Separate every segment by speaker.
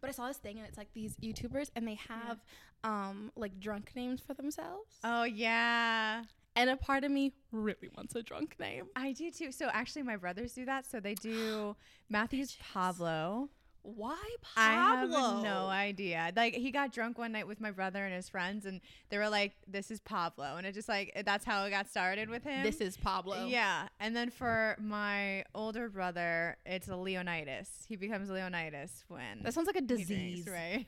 Speaker 1: But I saw this thing and it's like these YouTubers and they have um like drunk names for themselves.
Speaker 2: Oh yeah.
Speaker 1: and a part of me really wants a drunk name.
Speaker 2: I do too. So actually my brothers do that. So they do Matthew's Pablo.
Speaker 1: Why
Speaker 2: I have
Speaker 1: Pablo?
Speaker 2: no idea. Like he got drunk one night with my brother and his friends and they were like, This is Pablo and it just like that's how it got started with him.
Speaker 1: This is Pablo.
Speaker 2: Yeah. And then for my older brother, it's a Leonidas. He becomes Leonidas when
Speaker 1: That sounds like a
Speaker 2: he drinks,
Speaker 1: disease.
Speaker 2: right?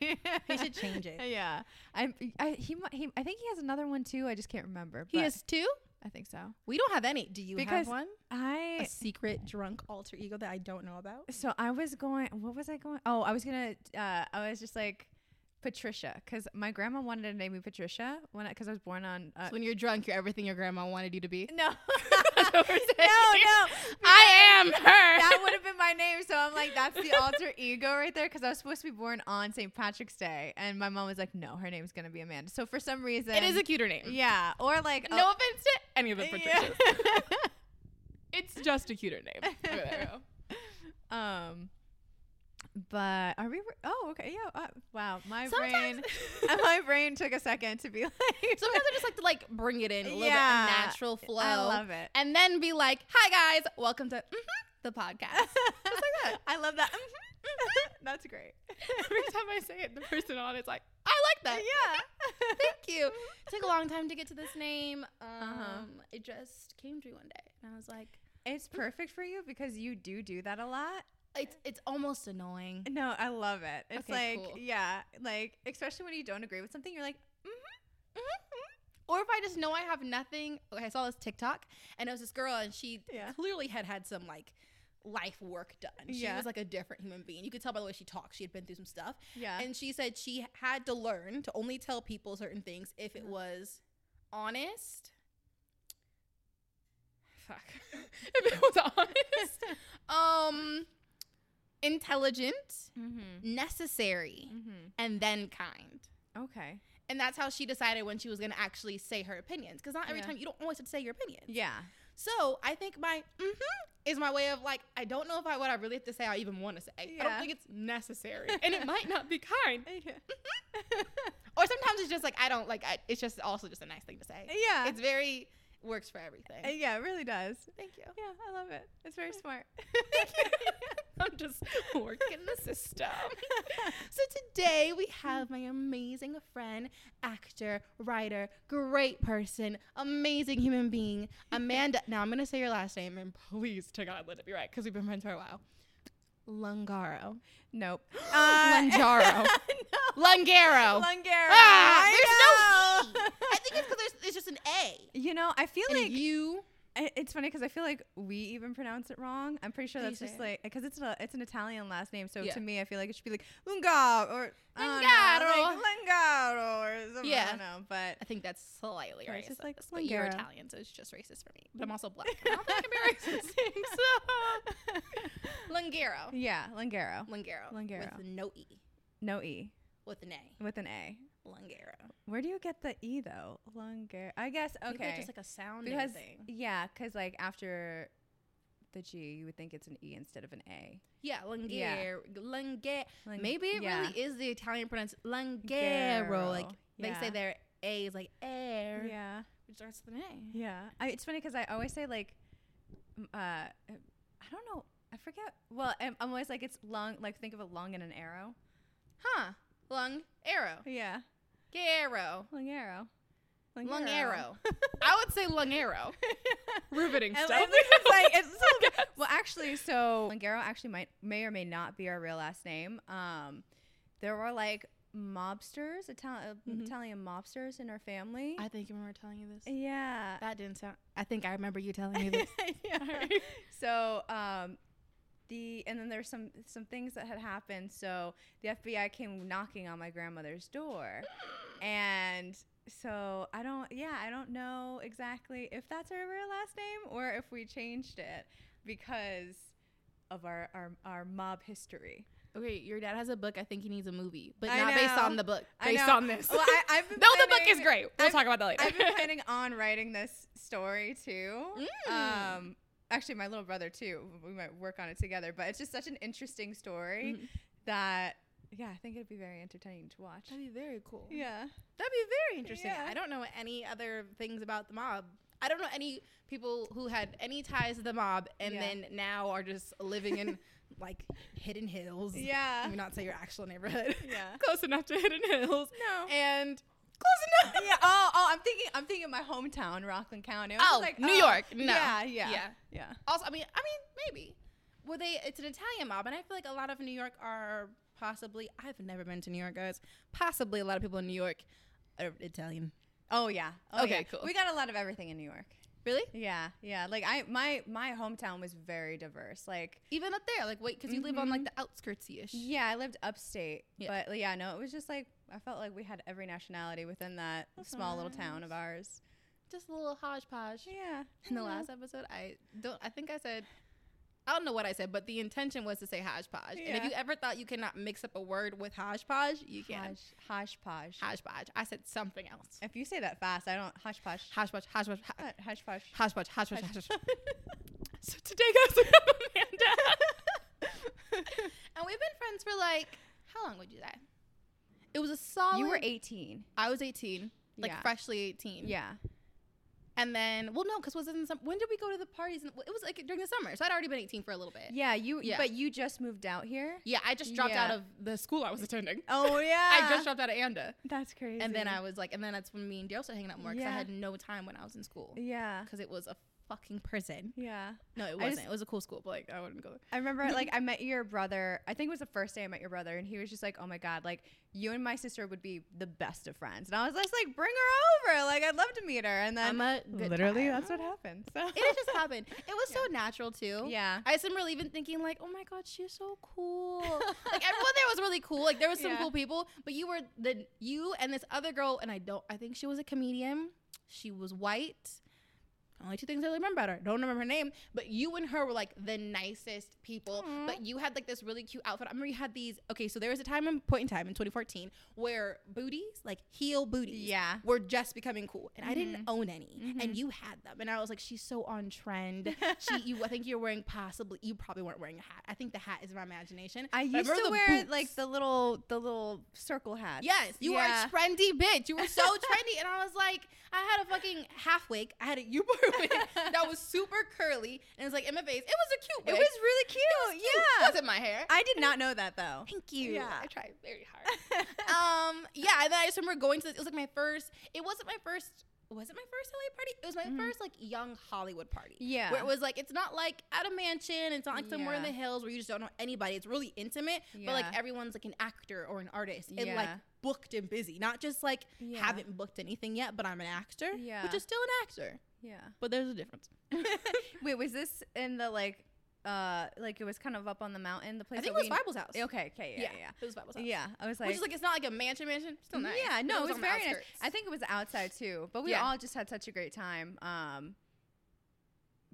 Speaker 3: He should change it.
Speaker 2: Yeah. I'm, I he, mu- he I think he has another one too. I just can't remember.
Speaker 1: He
Speaker 2: but
Speaker 1: has two?
Speaker 2: I think so.
Speaker 1: We don't have any. Do you
Speaker 2: Because-
Speaker 1: have one?
Speaker 2: I
Speaker 1: A secret drunk alter ego that I don't know about?
Speaker 2: so I was going. What was I going? Oh, I was gonna. Uh, I was just like Patricia because my grandma wanted to name me Patricia when because I, was born on. Uh,
Speaker 1: So when you're drunk, you're everything your grandma wanted you to be.
Speaker 2: no.
Speaker 1: That's what we're saying.
Speaker 2: No, no.
Speaker 1: I am her.
Speaker 2: that would have been my name. So I'm like, that's the alter ego right there. Because I was supposed to be born on St. Patrick's Day, and my mom was like, no, her name's gonna be Amanda. So for some reason,
Speaker 1: it is a cuter name.
Speaker 2: yeah, or like
Speaker 1: No
Speaker 2: oh,
Speaker 1: offense to any of the Patricias.
Speaker 2: yeah.
Speaker 1: It's just a cuter name. There we go.
Speaker 2: um, but are we? re- Oh, okay, yeah. Uh, wow, my brain,
Speaker 1: Sometimes-
Speaker 2: my brain took a second to be like.
Speaker 1: Sometimes I just like to like bring it in a little
Speaker 2: Yeah.
Speaker 1: bit of natural flow.
Speaker 2: I love it.
Speaker 1: And then be like, "Hi guys, welcome to mhm, the podcast."
Speaker 2: I love that. Mm-hmm, That's great.
Speaker 1: Every time I say it, the person on it's like, "I like that."
Speaker 2: yeah. Mm-hmm.
Speaker 1: Thank you. It took a long time to get to this name. Um,
Speaker 2: Uh-huh.
Speaker 1: It just came to me one day, and I was like,
Speaker 2: It's perfect for you because you do do that a lot.
Speaker 1: "It's it's almost annoying."
Speaker 2: No, I love it. It's
Speaker 1: Okay,
Speaker 2: like,
Speaker 1: cool.
Speaker 2: yeah, like especially when you don't agree with something, you're like, mm-hmm.
Speaker 1: mm-hmm. Or if I just know I have nothing. Okay, I saw this TikTok, and it was this girl, and she
Speaker 2: Yeah.
Speaker 1: clearly had had some like life work done. She
Speaker 2: Yeah.
Speaker 1: was like a different human being. You could tell by the way she talked. She had been through some stuff,
Speaker 2: yeah,
Speaker 1: and she said she had to learn to only tell people certain things if
Speaker 2: Mm-hmm.
Speaker 1: it was honest. Fuck. if it was honest, um, intelligent,
Speaker 2: mm-hmm.
Speaker 1: necessary,
Speaker 2: Mm-hmm.
Speaker 1: and then kind.
Speaker 2: okay,
Speaker 1: And that's how she decided when she was going to actually say her opinions. Because not every
Speaker 2: Yeah.
Speaker 1: time you don't always have to say your opinions.
Speaker 2: yeah,
Speaker 1: So I think my hmm is my way of like I don't know if I what I really have to say I even want to say. I
Speaker 2: Yeah.
Speaker 1: don't think it's necessary, and it might not be kind. Or sometimes it's just like I don't like. I, it's just also just a nice thing to say.
Speaker 2: yeah,
Speaker 1: It's very works for everything.
Speaker 2: Uh, yeah, it really does.
Speaker 1: Thank you.
Speaker 2: Yeah, I love it. It's very smart.
Speaker 1: I'm just working the system. so today we have my amazing friend, actor, writer, great person, amazing human being, Amanda. now I'm gonna say your last name, and please to God let it be right because we've been friends for a while. Lungaro,
Speaker 2: nope.
Speaker 1: Uh, Lunjaro.
Speaker 2: no.
Speaker 1: Lungaro.
Speaker 2: Lungaro.
Speaker 1: Ah,
Speaker 2: I
Speaker 1: there's no E. I think it's because there's it's just an A.
Speaker 2: You know, I feel
Speaker 1: And
Speaker 2: like
Speaker 1: you.
Speaker 2: I- it's funny because I feel like we even pronounce it wrong. I'm pretty sure
Speaker 1: How do
Speaker 2: that's
Speaker 1: you
Speaker 2: just
Speaker 1: say
Speaker 2: like because it's a, it's an Italian last name. So
Speaker 1: Yeah.
Speaker 2: to me, I feel like it should be like Lunga or
Speaker 1: Lungaro.
Speaker 2: Lungaro, Lungaro or something. Yeah. I
Speaker 1: Yeah.
Speaker 2: don't know, but
Speaker 1: I think that's slightly
Speaker 2: Or
Speaker 1: racist.
Speaker 2: it's just like Mm.
Speaker 1: but you're
Speaker 2: Lungaro.
Speaker 1: Italian, so it's just racist for me. But I'm also black. I don't think I can be racist. so. Lungaro.
Speaker 2: yeah, Lungaro,
Speaker 1: Lungaro.
Speaker 2: Lungaro.
Speaker 1: With no E.
Speaker 2: no e
Speaker 1: With an A.
Speaker 2: with an a.
Speaker 1: Lungaro.
Speaker 2: Where do you get the e though? Lungaro. I guess
Speaker 1: I think they're
Speaker 2: okay.
Speaker 1: just like a sound
Speaker 2: because
Speaker 1: thing.
Speaker 2: yeah, because like after the g, you would think it's an e instead of an a.
Speaker 1: Yeah, Lungaro.
Speaker 2: Yeah.
Speaker 1: Lunga-
Speaker 2: Lung-
Speaker 1: Maybe it
Speaker 2: yeah.
Speaker 1: really is the Italian pronounce Lungaro. Like
Speaker 2: Garo.
Speaker 1: they
Speaker 2: Yeah.
Speaker 1: say their A is like air,
Speaker 2: Yeah.
Speaker 1: which starts with an A.
Speaker 2: Yeah, I, it's funny because I always say like, m- uh, I don't know, I forget. Well, I'm, I'm always like it's long, like think of a long and an arrow.
Speaker 1: Huh. Lung arrow.
Speaker 2: Yeah,
Speaker 1: Garo.
Speaker 2: long arrow,
Speaker 1: Lung arrow. I would say lung arrow. Riveting
Speaker 2: And like, this is like it's so, well, actually, so Longaro actually might may or may not be our real last name. Um, there were like mobsters, Italian
Speaker 1: Mhm.
Speaker 2: Italian mobsters in our family.
Speaker 1: I think I remember telling you
Speaker 2: Eh,
Speaker 1: this.
Speaker 2: yeah,
Speaker 1: That didn't sound. I think I remember you telling me this.
Speaker 2: yeah. So um, the and then there's some some things that had happened. So the FBI came knocking on my grandmother's door, and so I don't yeah I don't know exactly if that's our real last name or if we changed it because of our our, our mob history.
Speaker 1: okay, your dad has a book. I think he needs a movie, but
Speaker 2: I
Speaker 1: not based
Speaker 2: know.
Speaker 1: on the book.
Speaker 2: I
Speaker 1: Based
Speaker 2: know.
Speaker 1: on this.
Speaker 2: Well, I, I've been
Speaker 1: no, the book is
Speaker 2: planning-
Speaker 1: great. We'll
Speaker 2: I've-
Speaker 1: talk about that
Speaker 2: I've
Speaker 1: later.
Speaker 2: been planning on writing this story too.
Speaker 1: Mm.
Speaker 2: Um, actually, my
Speaker 1: Mm-hmm. Mm.
Speaker 2: little brother too. We might work on it together. But it's just such an interesting story that Yeah, I think it'd be very entertaining to watch.
Speaker 1: That'd be very cool.
Speaker 2: Yeah.
Speaker 1: That'd be very interesting.
Speaker 2: Yeah.
Speaker 1: I don't know any other things about the mob. I don't know any people who had any ties to the mob and
Speaker 2: Yeah.
Speaker 1: then now are just living in like hidden hills.
Speaker 2: Yeah.
Speaker 1: Let me not say your actual neighborhood.
Speaker 2: Yeah.
Speaker 1: Close enough to hidden hills.
Speaker 2: No.
Speaker 1: And close enough.
Speaker 2: yeah. Oh, oh, I'm thinking. I'm thinking my hometown, Rockland County. I was
Speaker 1: Oh,
Speaker 2: like,
Speaker 1: New
Speaker 2: oh,
Speaker 1: York. No.
Speaker 2: Yeah, yeah,
Speaker 1: Yeah.
Speaker 2: yeah.
Speaker 1: Also, I mean, I mean, maybe. Well, they it's an Italian mob, and I feel like a lot of New York are possibly. I've never been to New York, guys. Possibly a lot of people in New York are Italian.
Speaker 2: Oh yeah. Oh,
Speaker 1: Okay,
Speaker 2: yeah.
Speaker 1: cool.
Speaker 2: We got a lot of everything in New York.
Speaker 1: Really?
Speaker 2: Yeah, yeah. Like I, my my hometown was very diverse. Like
Speaker 1: Even up there, like wait, because you live on like the outskirtsy ish.
Speaker 2: yeah, I lived upstate,
Speaker 1: Yeah.
Speaker 2: but yeah, no, it was just like I felt like we had every nationality within that small little town of ours.
Speaker 1: Just a little hodgepodge.
Speaker 2: Yeah.
Speaker 1: In the last episode, I don't. I think I said. I don't know what I said, but the intention was to say hodgepodge. And if
Speaker 2: Yeah.
Speaker 1: you ever thought you cannot mix up a word with hodgepodge, you can.
Speaker 2: Hodge, hodgepodge.
Speaker 1: Hodgepodge. I said something else.
Speaker 2: If you say that fast, I don't hodgepodge.
Speaker 1: Hodgepodge. Hodgepodge. ho-
Speaker 2: Uh, Hodgepodge.
Speaker 1: Hodgepodge. Hodgepodge.
Speaker 2: Hodge-
Speaker 1: Hodgepodge. So today, guys, we have Amanda. and we've been friends for like, how long would you say? It was a solid.
Speaker 2: you were 18.
Speaker 1: I was 18, like
Speaker 2: Yeah.
Speaker 1: freshly 18.
Speaker 2: Yeah. some
Speaker 1: And then, well, no, because was it in some, when did we go to the parties? And, well, it was like during the summer. So I'd already been 18 for a little bit.
Speaker 2: Yeah, you.
Speaker 1: Yeah.
Speaker 2: But you just moved out here.
Speaker 1: Yeah, I just dropped out
Speaker 2: Yeah.
Speaker 1: of the school I was attending.
Speaker 2: Oh yeah.
Speaker 1: I just dropped out of ANDA.
Speaker 2: That's crazy.
Speaker 1: And then I was like, and then that's when me and Dale started hanging out more because I
Speaker 2: Yeah.
Speaker 1: had no time when I was in school
Speaker 2: Yeah.
Speaker 1: because it was a fucking prison.
Speaker 2: Yeah.
Speaker 1: No, it
Speaker 2: I
Speaker 1: wasn't.
Speaker 2: just-
Speaker 1: it was a cool school, but like I wouldn't go there.
Speaker 2: I remember like I met your brother. I think it was the first day I met your brother, and he was just like, "Oh my god, like you and my sister would be the best of friends." And I was just like, "Bring her over, like I'd love to meet her." And then
Speaker 1: I'm a good
Speaker 2: literally,
Speaker 1: time.
Speaker 2: that's what happened. So
Speaker 1: It just happened. It was so natural too.
Speaker 2: yeah,
Speaker 1: I just remember even thinking like, oh my god, she's so cool. like everyone there was really cool. Like there was some
Speaker 2: Yeah.
Speaker 1: cool people, but you were the you and this other girl, and I don't. I think she was a comedian. She was white. Only two things I remember about her. Don't remember her name, but you and her were like the nicest people.
Speaker 2: Aw.
Speaker 1: But you had like this really cute outfit. I remember you had these. Okay, so there was a time and point in time in 2014 where booties, like heel booties,
Speaker 2: yeah,
Speaker 1: were just becoming cool and i didn't own any
Speaker 2: Mhm.
Speaker 1: and you had them and i was like she's so on trend she you i think you're wearing possibly you probably weren't wearing a hat i think the hat is my imagination
Speaker 2: I
Speaker 1: But
Speaker 2: used
Speaker 1: remember
Speaker 2: to
Speaker 1: the
Speaker 2: wear
Speaker 1: boots.
Speaker 2: like the little the little circle hat.
Speaker 1: yes you
Speaker 2: Yeah.
Speaker 1: were a trendy bitch you were so trendy and i was like i had a fucking half wig i had a uber wig that was super curly and it's like in my face it was a cute
Speaker 2: It
Speaker 1: wig
Speaker 2: was really cute.
Speaker 1: it
Speaker 2: Yeah,
Speaker 1: wasn't my hair
Speaker 2: I did not know that though.
Speaker 1: Thank you.
Speaker 2: Yeah.
Speaker 1: I tried very hard. um, yeah, and then I just remember going to this. It was like my first. It wasn't my first. Was it my first LA party? It was my
Speaker 2: Mhm.
Speaker 1: first like young Hollywood party.
Speaker 2: Yeah.
Speaker 1: Where it was like it's not like at a mansion. It's not like somewhere in
Speaker 2: Yeah.
Speaker 1: the hills where you just don't know anybody. It's really intimate. But like
Speaker 2: Yeah.
Speaker 1: everyone's like an actor or an artist and like
Speaker 2: Yeah.
Speaker 1: booked and busy. Not just like
Speaker 2: Yeah.
Speaker 1: haven't booked anything yet, but I'm an actor.
Speaker 2: Yeah.
Speaker 1: Which is still an actor.
Speaker 2: Yeah.
Speaker 1: But there's a difference.
Speaker 2: Wait, was this in the like uh like it was kind of up on the mountain? The place
Speaker 1: I think it
Speaker 2: that
Speaker 1: was
Speaker 2: we-
Speaker 1: Bible's house.
Speaker 2: Okay, okay, yeah, yeah.
Speaker 1: It was Bible's house.
Speaker 2: Yeah, I was like,
Speaker 1: Which is like it's not like a mansion mansion. Still nice.
Speaker 2: yeah,
Speaker 1: but
Speaker 2: no, it was,
Speaker 1: on the
Speaker 2: very nice.
Speaker 1: outskirts.
Speaker 2: I think it was outside too, but we
Speaker 1: Yeah.
Speaker 2: all just had such a great time. Um,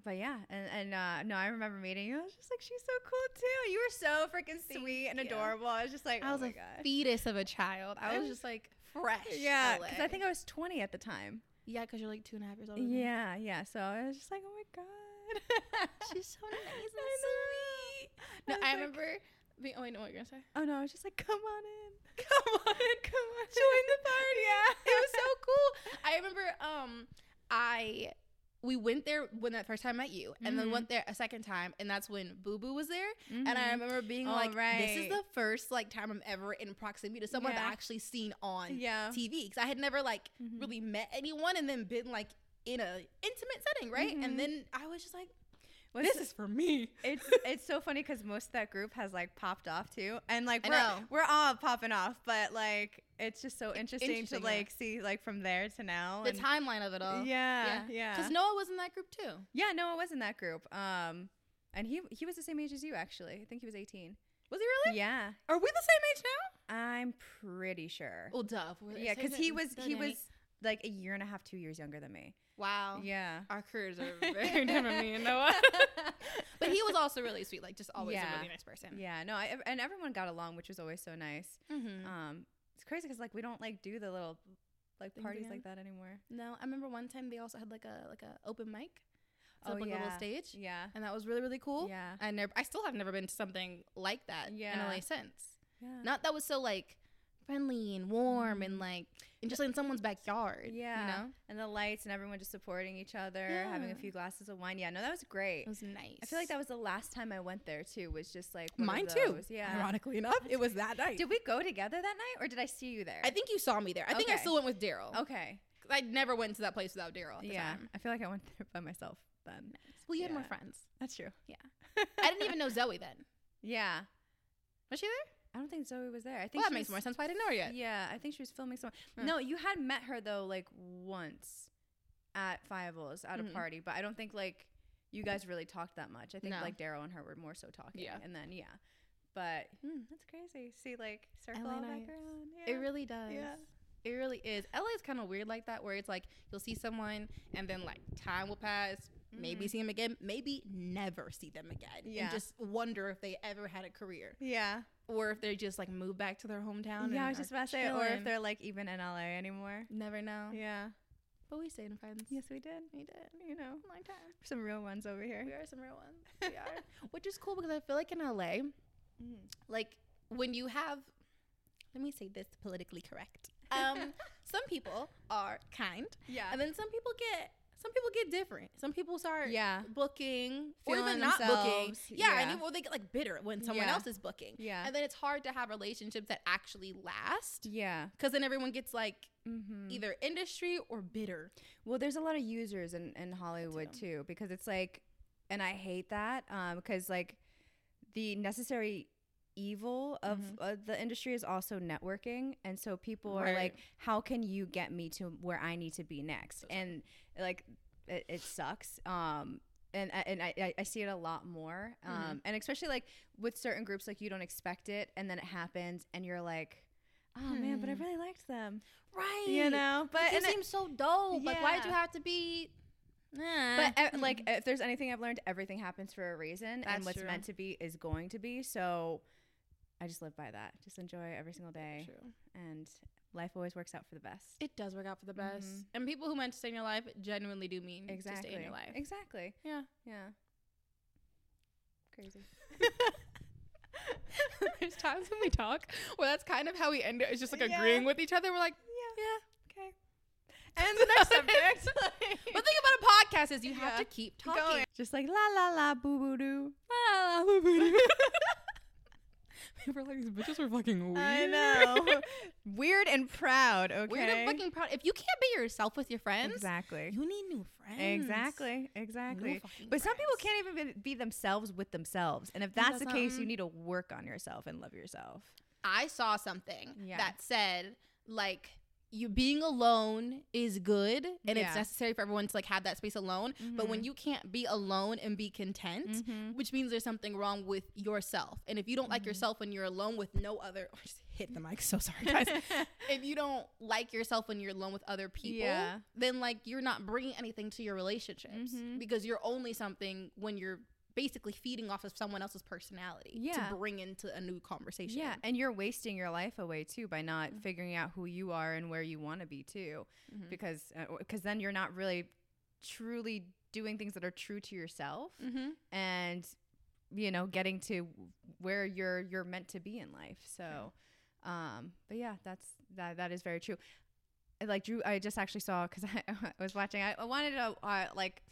Speaker 2: but yeah, and and uh, no, I remember meeting you. I was just like, she's so cool too. You were so freaking
Speaker 1: Thank
Speaker 2: sweet and
Speaker 1: you.
Speaker 2: adorable. I was just like,
Speaker 1: I was
Speaker 2: oh my
Speaker 1: a
Speaker 2: god.
Speaker 1: fetus of a child. I was just like fresh.
Speaker 2: yeah,
Speaker 1: LA.
Speaker 2: because I think I was 20 at the time.
Speaker 1: yeah, because you're like two and a half years old.
Speaker 2: Yeah, yeah. So I was just like, oh my god,
Speaker 1: she's so nice and
Speaker 2: sweet.
Speaker 1: No, I remember. Being, oh, I know what you're gonna say.
Speaker 2: Oh no, I was just like, come on in. Come on in, come on.
Speaker 1: Join
Speaker 2: the party. Yeah.
Speaker 1: It was so cool. I remember. Um, I we went there when that first time I met you, and then
Speaker 2: Mhm.
Speaker 1: went there a second time, and that's when Boo Boo was there. And I
Speaker 2: Mhm.
Speaker 1: remember being
Speaker 2: All
Speaker 1: like, "This is
Speaker 2: right.
Speaker 1: the first like time I'm ever in proximity to someone
Speaker 2: Yeah.
Speaker 1: I've actually seen on
Speaker 2: Yeah.
Speaker 1: TV because I had never like
Speaker 2: Mhm.
Speaker 1: really met anyone and then been like in a intimate setting, right?
Speaker 2: Mhm.
Speaker 1: And then I was just like,
Speaker 2: What's
Speaker 1: is for me.
Speaker 2: it's it's so funny because most of that group has like popped off too, and like
Speaker 1: I
Speaker 2: we're
Speaker 1: know.
Speaker 2: we're all popping off, but like it's just so interesting,
Speaker 1: interesting,
Speaker 2: to
Speaker 1: yeah.
Speaker 2: like see like from there to now.
Speaker 1: The
Speaker 2: and-
Speaker 1: timeline of it all.
Speaker 2: yeah, yeah,
Speaker 1: Because
Speaker 2: yeah.
Speaker 1: Noah was in that group too.
Speaker 2: No, it was in that group. Um, and he he was the same age as you actually. I think he was eighteen.
Speaker 1: Was he really?
Speaker 2: Yeah,
Speaker 1: Are we the same age now?
Speaker 2: I'm pretty sure.
Speaker 1: Well, Dove. We're the
Speaker 2: Yeah,
Speaker 1: same
Speaker 2: because he
Speaker 1: age-
Speaker 2: was
Speaker 1: the
Speaker 2: he
Speaker 1: nanny. Oh.
Speaker 2: was like a year and a half, two years younger than me.
Speaker 1: Wow.
Speaker 2: Yeah.
Speaker 1: Our careers are very different, me and Noah. but he was also really sweet, like just always
Speaker 2: Yeah.
Speaker 1: a really nice person.
Speaker 2: Yeah, no, I, and everyone got along, which was always so nice.
Speaker 1: Mm-hmm.
Speaker 2: Um, it's crazy because like we don't like do the little like
Speaker 1: Things
Speaker 2: parties
Speaker 1: again.
Speaker 2: like that anymore.
Speaker 1: No, I remember one time they also had like a like a open mic, so
Speaker 2: Oh,
Speaker 1: like a
Speaker 2: yeah.
Speaker 1: little stage,
Speaker 2: Yeah,
Speaker 1: and that was really really cool.
Speaker 2: yeah,
Speaker 1: I never, I still have never been to something like that
Speaker 2: Yeah.
Speaker 1: in LA since.
Speaker 2: Yeah.
Speaker 1: Not that was so like friendly and warm and like and just in someone's backyard.
Speaker 2: Mm-hmm. Yeah.
Speaker 1: You know?
Speaker 2: and the lights and everyone just supporting each other, having a
Speaker 1: Yeah.
Speaker 2: few glasses of wine. Yeah, no, that was great.
Speaker 1: It was nice.
Speaker 2: I feel like that was the last time I went there too. Was just like one of
Speaker 1: mine too.
Speaker 2: those. Yeah.
Speaker 1: Ironically enough, it was that night.
Speaker 2: Did we go together that night, or did I see you there?
Speaker 1: I think you saw me there. I think I
Speaker 2: Okay.
Speaker 1: still went with Daryl.
Speaker 2: Okay.
Speaker 1: 'Cause I never went to that place without Daryl at the
Speaker 2: Yeah.
Speaker 1: time.
Speaker 2: I feel like I went there by myself then.
Speaker 1: Well, you had more
Speaker 2: Yeah.
Speaker 1: friends.
Speaker 2: That's true.
Speaker 1: Yeah.
Speaker 2: Yeah.
Speaker 1: I didn't even know Zoe then.
Speaker 2: yeah.
Speaker 1: Was she there?
Speaker 2: I don't think Zoe was there. I think
Speaker 1: Well, that
Speaker 2: she
Speaker 1: makes
Speaker 2: was-
Speaker 1: more sense Mm. why I didn't know her yet.
Speaker 2: Yeah, I think she was filming someone.
Speaker 1: Huh.
Speaker 2: No, you had met her though, like once at Fievel's at
Speaker 1: Mhm.
Speaker 2: a party, but I don't think like you guys really talked that much. I think
Speaker 1: No.
Speaker 2: like Daryl and her were more so talking.
Speaker 1: Yeah.
Speaker 2: and then yeah, but
Speaker 1: Hmm.
Speaker 2: that's crazy. See, like circle all
Speaker 1: LA
Speaker 2: back around.
Speaker 1: nights.
Speaker 2: Yeah.
Speaker 1: It really does.
Speaker 2: Yeah.
Speaker 1: It really is. LA is kind of weird like that, where it's like you'll see someone and then like time will pass.
Speaker 2: Mm-hmm.
Speaker 1: Maybe see them again, maybe never see them again.
Speaker 2: Yeah.
Speaker 1: And just wonder if they ever had a career
Speaker 2: yeah,
Speaker 1: or if they just like moved back to their hometown.
Speaker 2: yeah.
Speaker 1: and
Speaker 2: I was
Speaker 1: are
Speaker 2: just about to say, or
Speaker 1: chilling.
Speaker 2: if they're like even in LA anymore.
Speaker 1: never know.
Speaker 2: Yeah.
Speaker 1: But we stayed in friends.
Speaker 2: Oh. Yes, we did.
Speaker 1: We did.
Speaker 2: You know,
Speaker 1: Long time.
Speaker 2: some real ones over here.
Speaker 1: We are some real ones. We are. Which is cool because I feel like in LA,
Speaker 2: Mm-hmm.
Speaker 1: like when you have let me say this politically correct um some people are kind
Speaker 2: Yeah.
Speaker 1: and then some people get some people get different some people start
Speaker 2: yeah.
Speaker 1: booking or
Speaker 2: Feeling
Speaker 1: even not booking
Speaker 2: themselves,
Speaker 1: yeah, and
Speaker 2: yeah.
Speaker 1: even, or they get like bitter when someone
Speaker 2: Yeah.
Speaker 1: else is booking
Speaker 2: Yeah.
Speaker 1: and then it's hard to have relationships that actually last
Speaker 2: yeah.
Speaker 1: because then everyone gets like
Speaker 2: Mm-hmm.
Speaker 1: either industry or bitter
Speaker 2: Well, there's a lot of users in, in Hollywood
Speaker 1: too.
Speaker 2: too because it's like, and I hate that um, because like the necessary evil of
Speaker 1: Mhm.
Speaker 2: uh, the industry is also networking, and so people
Speaker 1: Right.
Speaker 2: are like, how can you get me to where I need to be next?
Speaker 1: That's right.
Speaker 2: And like, it, it sucks. Um, and I- and I- I, I see it a lot more, um, and especially like with certain groups, like you don't expect it, and then it happens, and you're like, oh man, but I
Speaker 1: Hmm.
Speaker 2: really liked them,
Speaker 1: right
Speaker 2: you know. But
Speaker 1: but it
Speaker 2: and it-
Speaker 1: seems so dope like why did
Speaker 2: Yeah.
Speaker 1: you have to be Nah.
Speaker 2: But e- like, if there's anything I've learned, everything happens for a reason,
Speaker 1: Mm-hmm. That's
Speaker 2: and what's
Speaker 1: true.
Speaker 2: meant to be is going to be. So, I just live by that. Just enjoy every single day,
Speaker 1: True.
Speaker 2: and life always works out for the best.
Speaker 1: It does work out for the best.
Speaker 2: Mhm.
Speaker 1: And people who meant to stay in your life genuinely do mean
Speaker 2: Exactly.
Speaker 1: to stay in your life.
Speaker 2: Exactly.
Speaker 1: Yeah.
Speaker 2: Yeah. Crazy.
Speaker 1: There's times when we talk where that's kind of how we end it. It's just like
Speaker 2: Yeah.
Speaker 1: agreeing with each other. We're like,
Speaker 2: Yeah.
Speaker 1: yeah.
Speaker 2: Okay. And the next subject.
Speaker 1: But the thing about a podcast is you have
Speaker 2: Yeah.
Speaker 1: to keep talking.
Speaker 2: Just like la la la boo boo doo.
Speaker 1: We're like, these bitches are fucking weird.
Speaker 2: I know. Weird and proud. Okay.
Speaker 1: Weird and fucking proud. If you can't be yourself with your friends,
Speaker 2: Exactly.
Speaker 1: you need new friends.
Speaker 2: Exactly. Exactly.
Speaker 1: fucking
Speaker 2: But some people
Speaker 1: friends.
Speaker 2: can't even be, be themselves with themselves. And if
Speaker 1: Think
Speaker 2: that's the
Speaker 1: that's
Speaker 2: case, you
Speaker 1: something?
Speaker 2: need to work on yourself and love yourself.
Speaker 1: I saw something
Speaker 2: Yeah.
Speaker 1: that said like you being alone is good and
Speaker 2: Yeah. Mm-hmm.
Speaker 1: it's necessary for everyone to like have that space alone. But when you can't be alone and be content, which means there's something wrong with yourself. And if you don't like
Speaker 2: Mm-hmm.
Speaker 1: yourself when you're alone with no other, I just hit the mic. So sorry, guys. if you don't like yourself when you're alone with other people,
Speaker 2: Yeah.
Speaker 1: then like you're not bringing anything to your relationships
Speaker 2: Mhm.
Speaker 1: because you're only something when you're basically feeding off of someone else's personality
Speaker 2: Yeah.
Speaker 1: to bring into a new conversation.
Speaker 2: yeah, and you're wasting your life away too by not figuring out who you are and where you want to be too,
Speaker 1: Mhm.
Speaker 2: because because then you're not really truly doing things that are true to yourself
Speaker 1: Mm-hmm.
Speaker 2: and you know getting to where you're you're meant to be in life so um but yeah that's that that is very true And, like drew i just actually saw because I, I was watching i, I wanted to uh, like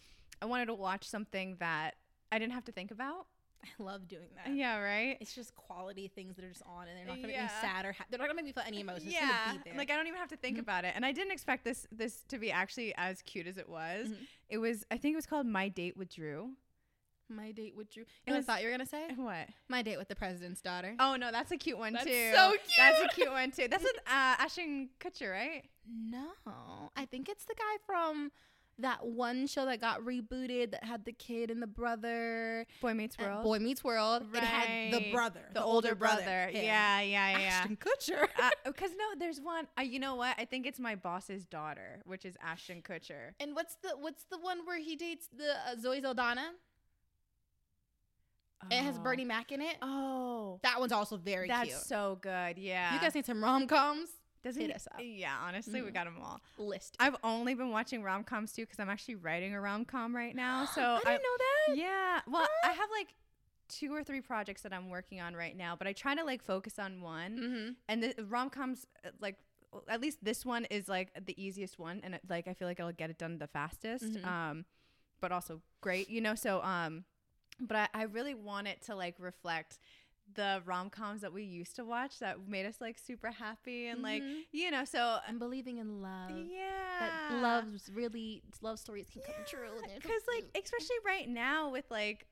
Speaker 2: i wanted to watch something that i didn't have to think about
Speaker 1: I love doing that.
Speaker 2: yeah right
Speaker 1: It's just quality things that are just on, and they're not gonna make me
Speaker 2: Yeah.
Speaker 1: sad or ha- they're not gonna make me feel any emotions. It's
Speaker 2: yeah
Speaker 1: gonna be there.
Speaker 2: like i don't even have to think about it and i didn't expect this this to be actually as cute as it was
Speaker 1: Mhm.
Speaker 2: it was i think it was called my date with drew
Speaker 1: my date with Drew. You
Speaker 2: It
Speaker 1: know what I
Speaker 2: was-
Speaker 1: thought you were gonna say
Speaker 2: what
Speaker 1: my date with the president's daughter.
Speaker 2: Oh no, that's a cute one
Speaker 1: That's
Speaker 2: too.
Speaker 1: so
Speaker 2: That's a
Speaker 1: cute.
Speaker 2: cute one too. That's with uh, Ashton Kutcher, right?
Speaker 1: No, I think it's the guy from that one show that got rebooted that had the kid and the brother.
Speaker 2: Uh, Boy Meets
Speaker 1: and Boy Meets World. It had the
Speaker 2: Right.
Speaker 1: brother, Uh,
Speaker 2: the, older, brother.
Speaker 1: him.
Speaker 2: Yeah, yeah, yeah.
Speaker 1: Ashton Kutcher.
Speaker 2: Because no, there's one. Uh, you know what? I think it's my boss's daughter, which is Ashton Kutcher.
Speaker 1: And what's the what's the one where he dates the uh, Zoe Zeldana? It has
Speaker 2: Oh.
Speaker 1: Bernie Mac in it.
Speaker 2: Oh,
Speaker 1: That one's also very
Speaker 2: that's
Speaker 1: cute.
Speaker 2: so good. Yeah.
Speaker 1: You guys need some rom coms.
Speaker 2: doesn't
Speaker 1: hit
Speaker 2: he-
Speaker 1: us up.
Speaker 2: Yeah, honestly, we
Speaker 1: Mhm.
Speaker 2: got them all.
Speaker 1: List.
Speaker 2: I've only been watching rom coms too because I'm actually writing a rom com right now. So
Speaker 1: I didn't know that.
Speaker 2: Yeah. Well, I have like two or three projects that I'm working on right now, but I try to like focus on one.
Speaker 1: Mm-hmm.
Speaker 2: And the rom coms, like uh, at least this one is like the easiest one, and it, like I feel like I'll get it done the fastest.
Speaker 1: Mhm.
Speaker 2: Um, but also great, you know. So um, but I, I really want it to like reflect the rom coms that we used to watch that made us like super happy and like
Speaker 1: Mhm.
Speaker 2: you know. So um,
Speaker 1: I'm believing in love.
Speaker 2: yeah,
Speaker 1: That loves really love stories can come true. and it'll
Speaker 2: because like
Speaker 1: be-
Speaker 2: especially right now with like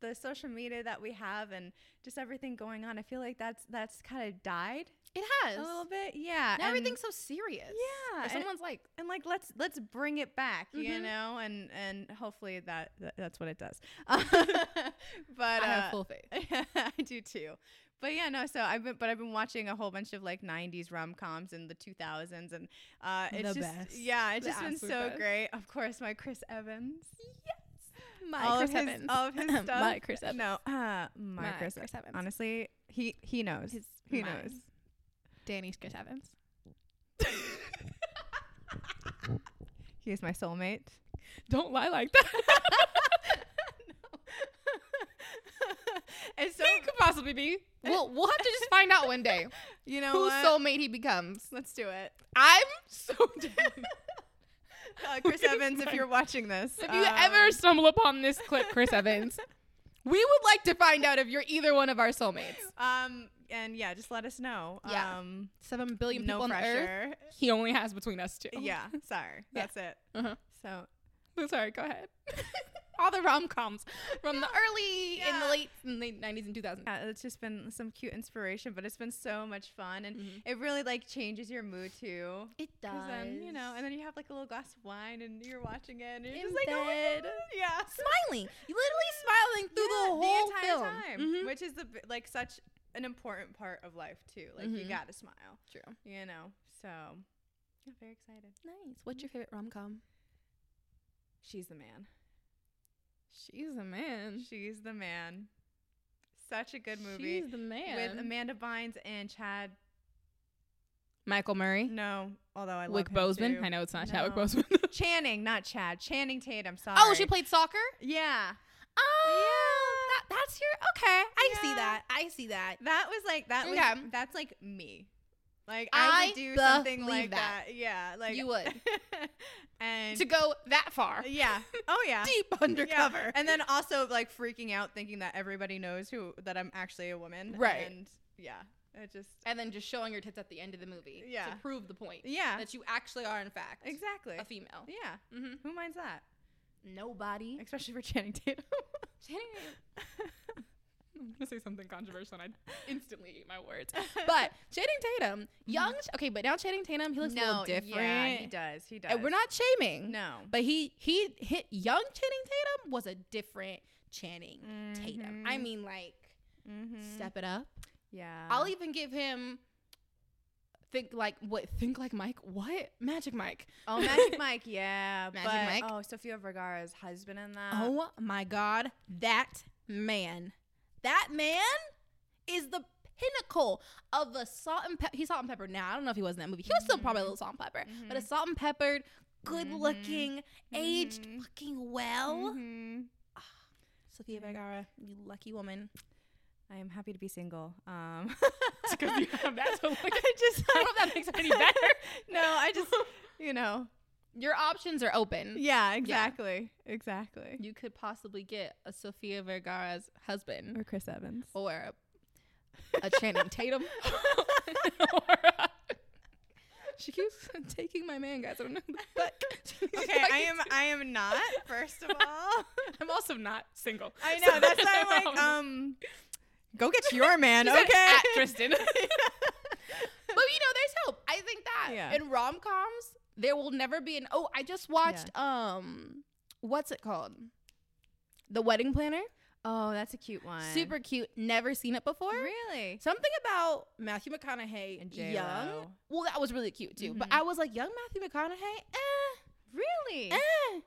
Speaker 2: the social media that we have and just everything going on i feel like that's that's kind of died
Speaker 1: it has.
Speaker 2: a little bit yeah
Speaker 1: now
Speaker 2: and-
Speaker 1: everything's so serious.
Speaker 2: yeah
Speaker 1: If
Speaker 2: and,
Speaker 1: someone's like,
Speaker 2: and, like let's let's bring it back you
Speaker 1: Mhm.
Speaker 2: know and and hopefully that, that that's what it does
Speaker 1: I
Speaker 2: but uh,
Speaker 1: have full faith.
Speaker 2: I do too. But yeah, no. So I've been, but I've been watching a whole bunch of like '90s rom coms and the 2000s, and uh, it's
Speaker 1: The
Speaker 2: just
Speaker 1: best.
Speaker 2: yeah, it's
Speaker 1: The
Speaker 2: just been so
Speaker 1: absolute best.
Speaker 2: great. Of course, my Chris Evans,
Speaker 1: My
Speaker 2: all
Speaker 1: Chris
Speaker 2: of his,
Speaker 1: Evans.
Speaker 2: all of his
Speaker 1: My
Speaker 2: stuff.
Speaker 1: Chris
Speaker 2: No, uh, my,
Speaker 1: My
Speaker 2: Chris,
Speaker 1: Chris
Speaker 2: Evans.
Speaker 1: Evans.
Speaker 2: Honestly, he he knows.
Speaker 1: His-
Speaker 2: he
Speaker 1: mine.
Speaker 2: knows.
Speaker 1: Danny's Chris Evans.
Speaker 2: He is my soulmate.
Speaker 1: Don't lie like that.
Speaker 2: and so
Speaker 1: He could possibly be. We'll we'll have to just find out one day
Speaker 2: you know
Speaker 1: whose
Speaker 2: what?
Speaker 1: soulmate he becomes.
Speaker 2: Let's do it.
Speaker 1: I'm so down.
Speaker 2: Uh, Chris
Speaker 1: gonna
Speaker 2: Evans, if
Speaker 1: find-
Speaker 2: you're watching this, um,
Speaker 1: If you ever stumble upon this clip, Chris Evans, we would like to find out if you're either one of our soulmates.
Speaker 2: um, and yeah, just let us know.
Speaker 1: Yeah.
Speaker 2: Um,
Speaker 1: Seven billion
Speaker 2: no
Speaker 1: people on Earth.
Speaker 2: pressure.
Speaker 1: He only has between us two.
Speaker 2: Yeah, sorry.
Speaker 1: Yeah.
Speaker 2: That's it.
Speaker 1: Uh-huh.
Speaker 2: So
Speaker 1: I'm sorry. Go ahead. All the rom coms from the early and the
Speaker 2: Yeah.
Speaker 1: late in the 90s and 2000s.
Speaker 2: yeah, it's just been some cute inspiration, but it's been so much fun, and
Speaker 1: Mhm.
Speaker 2: it really like changes your mood too.
Speaker 1: It
Speaker 2: 'Cause Then, you know, and then you have like a little glass of wine, and you're watching it, and you're just like, oh my
Speaker 1: bed.
Speaker 2: God. yeah.
Speaker 1: smiling, literally smiling through
Speaker 2: Yeah,
Speaker 1: the whole
Speaker 2: entire
Speaker 1: film.
Speaker 2: time,
Speaker 1: Mhm.
Speaker 2: which is the b- like such an important part of life too. Like you
Speaker 1: Mhm.
Speaker 2: gotta smile,
Speaker 1: True.
Speaker 2: you know. So I'm very excited.
Speaker 1: Nice. What's your favorite rom com?
Speaker 2: She's the man.
Speaker 1: She's the man.
Speaker 2: She's the man. Such a good movie
Speaker 1: She's the man.
Speaker 2: with Amanda Bynes and Chad.
Speaker 1: Michael Murray.
Speaker 2: No, although I love
Speaker 1: Wick
Speaker 2: him
Speaker 1: Bozeman.
Speaker 2: too.
Speaker 1: I know it's not
Speaker 2: No.
Speaker 1: Chadwick Boseman.
Speaker 2: Channing, not Chad. Channing Tatum. Sorry.
Speaker 1: oh, she played soccer?
Speaker 2: Yeah, Ah.
Speaker 1: Oh, that, that's your. Okay. I see
Speaker 2: Yeah.
Speaker 1: that. I see that.
Speaker 2: that was like that. Was,
Speaker 1: Okay.
Speaker 2: That's like me. Like I,
Speaker 1: I
Speaker 2: would do something
Speaker 1: believe
Speaker 2: like that.
Speaker 1: that.
Speaker 2: Yeah, like
Speaker 1: You would.
Speaker 2: and
Speaker 1: To go that far.
Speaker 2: yeah. Oh yeah.
Speaker 1: Deep
Speaker 2: Yeah.
Speaker 1: undercover.
Speaker 2: And then also like freaking out, thinking that everybody knows who that I'm actually a woman.
Speaker 1: Right.
Speaker 2: And yeah, it just
Speaker 1: And then just showing your tits at the end of the movie
Speaker 2: Yeah.
Speaker 1: to prove the point
Speaker 2: yeah,
Speaker 1: that you actually are, in fact,
Speaker 2: exactly.
Speaker 1: a female.
Speaker 2: Yeah.
Speaker 1: Mm-hmm.
Speaker 2: Who minds that?
Speaker 1: Nobody.
Speaker 2: Especially for Channing Tatum.
Speaker 1: I'm gonna say something controversial and I instantly eat my words. But Channing Tatum, young, okay, but now Channing Tatum, Mm-hmm. he looks a little different.
Speaker 2: Yeah, he does. He does.
Speaker 1: And we're not shaming,
Speaker 2: No.
Speaker 1: but he he hit young Channing Tatum was a different Channing Tatum. I
Speaker 2: Mhm.
Speaker 1: mean, like
Speaker 2: Mhm.
Speaker 1: step it up.
Speaker 2: Yeah.
Speaker 1: I'll even give him think like what think like Mike what Magic Mike.
Speaker 2: oh, Magic Mike. Yeah.
Speaker 1: Magic
Speaker 2: but-
Speaker 1: Mike.
Speaker 2: Oh, Sofia Vergara's husband in that.
Speaker 1: Oh my God, that man. That man is the pinnacle of the salt and pepper. He's salt and pepper now. I don't know if he was in that movie. He was still probably a little salt and pepper,
Speaker 2: Mm-hmm,
Speaker 1: but a salt and peppered, good looking, aged
Speaker 2: Mhm.
Speaker 1: fucking well.
Speaker 2: Mhm.
Speaker 1: Sophia Vergara, you lucky woman.
Speaker 2: I am happy to be single. Um,
Speaker 1: 'cause you have that to look
Speaker 2: I just.
Speaker 1: I don't know if that makes it any better.
Speaker 2: no, I just. You know.
Speaker 1: Your options are open.
Speaker 2: Mm. Yeah. Exactly. Exactly.
Speaker 1: You could possibly get a Sophia Vergara's husband.
Speaker 2: or Chris Evans.
Speaker 1: or a Channing Tatum. or a- she keeps taking my man, guys. I don't know who the fuck. she's
Speaker 2: Okay,
Speaker 1: talking
Speaker 2: I am.
Speaker 1: to.
Speaker 2: I am not. First of all,
Speaker 1: I'm also not single.
Speaker 2: I know that's why I'm like,
Speaker 1: um,
Speaker 2: um, go get your man,
Speaker 1: She said,
Speaker 2: okay?
Speaker 1: At Kristen. but you know, there's hope. I think that
Speaker 2: Yeah.
Speaker 1: in rom coms, there will never be an. Oh, I just watched. Um, what's it called? The Wedding Planner.
Speaker 2: oh, that's a cute one.
Speaker 1: Super cute. Never seen it before.
Speaker 2: Really?
Speaker 1: Something about Matthew McConaughey
Speaker 2: And
Speaker 1: young.
Speaker 2: J-Lo.
Speaker 1: Well, that was really cute too. But
Speaker 2: Mhm.
Speaker 1: I was like, young Matthew McConaughey, eh,
Speaker 2: Really?
Speaker 1: eh.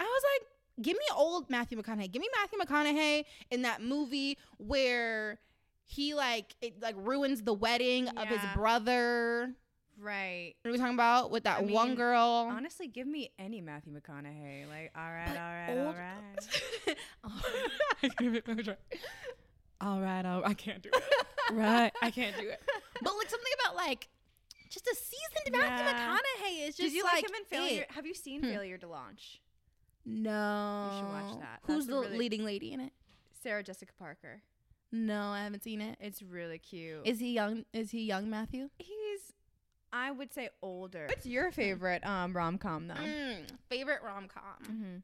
Speaker 1: I was like, give me old Matthew McConaughey. Give me Matthew McConaughey in that movie where he like it like ruins the wedding of his
Speaker 2: Yeah.
Speaker 1: brother.
Speaker 2: right.
Speaker 1: What are we talking about with that
Speaker 2: I
Speaker 1: one
Speaker 2: mean,
Speaker 1: girl?
Speaker 2: Honestly, give me any Matthew McConaughey. Like, all right,
Speaker 1: But
Speaker 2: all right, all
Speaker 1: old-
Speaker 2: right.
Speaker 1: I can't even- let me try. all right, all right. I can't do it. right, I can't do it. But like something about like just a seasoned Matthew
Speaker 2: Yeah.
Speaker 1: McConaughey is just
Speaker 2: Did you like, him in
Speaker 1: it.
Speaker 2: Failure? Have you seen
Speaker 1: Hmm.
Speaker 2: Failure to Launch?
Speaker 1: No.
Speaker 2: that.
Speaker 1: Who's
Speaker 2: That's a
Speaker 1: the
Speaker 2: really-
Speaker 1: leading lady in it?
Speaker 2: Sarah Jessica Parker.
Speaker 1: No, I haven't seen it.
Speaker 2: It's really cute.
Speaker 1: Is he young? Is he young Matthew?
Speaker 2: He's, I would say, older. What's your favorite um, rom com though?
Speaker 1: Mm. favorite rom com.
Speaker 2: Mm-hmm.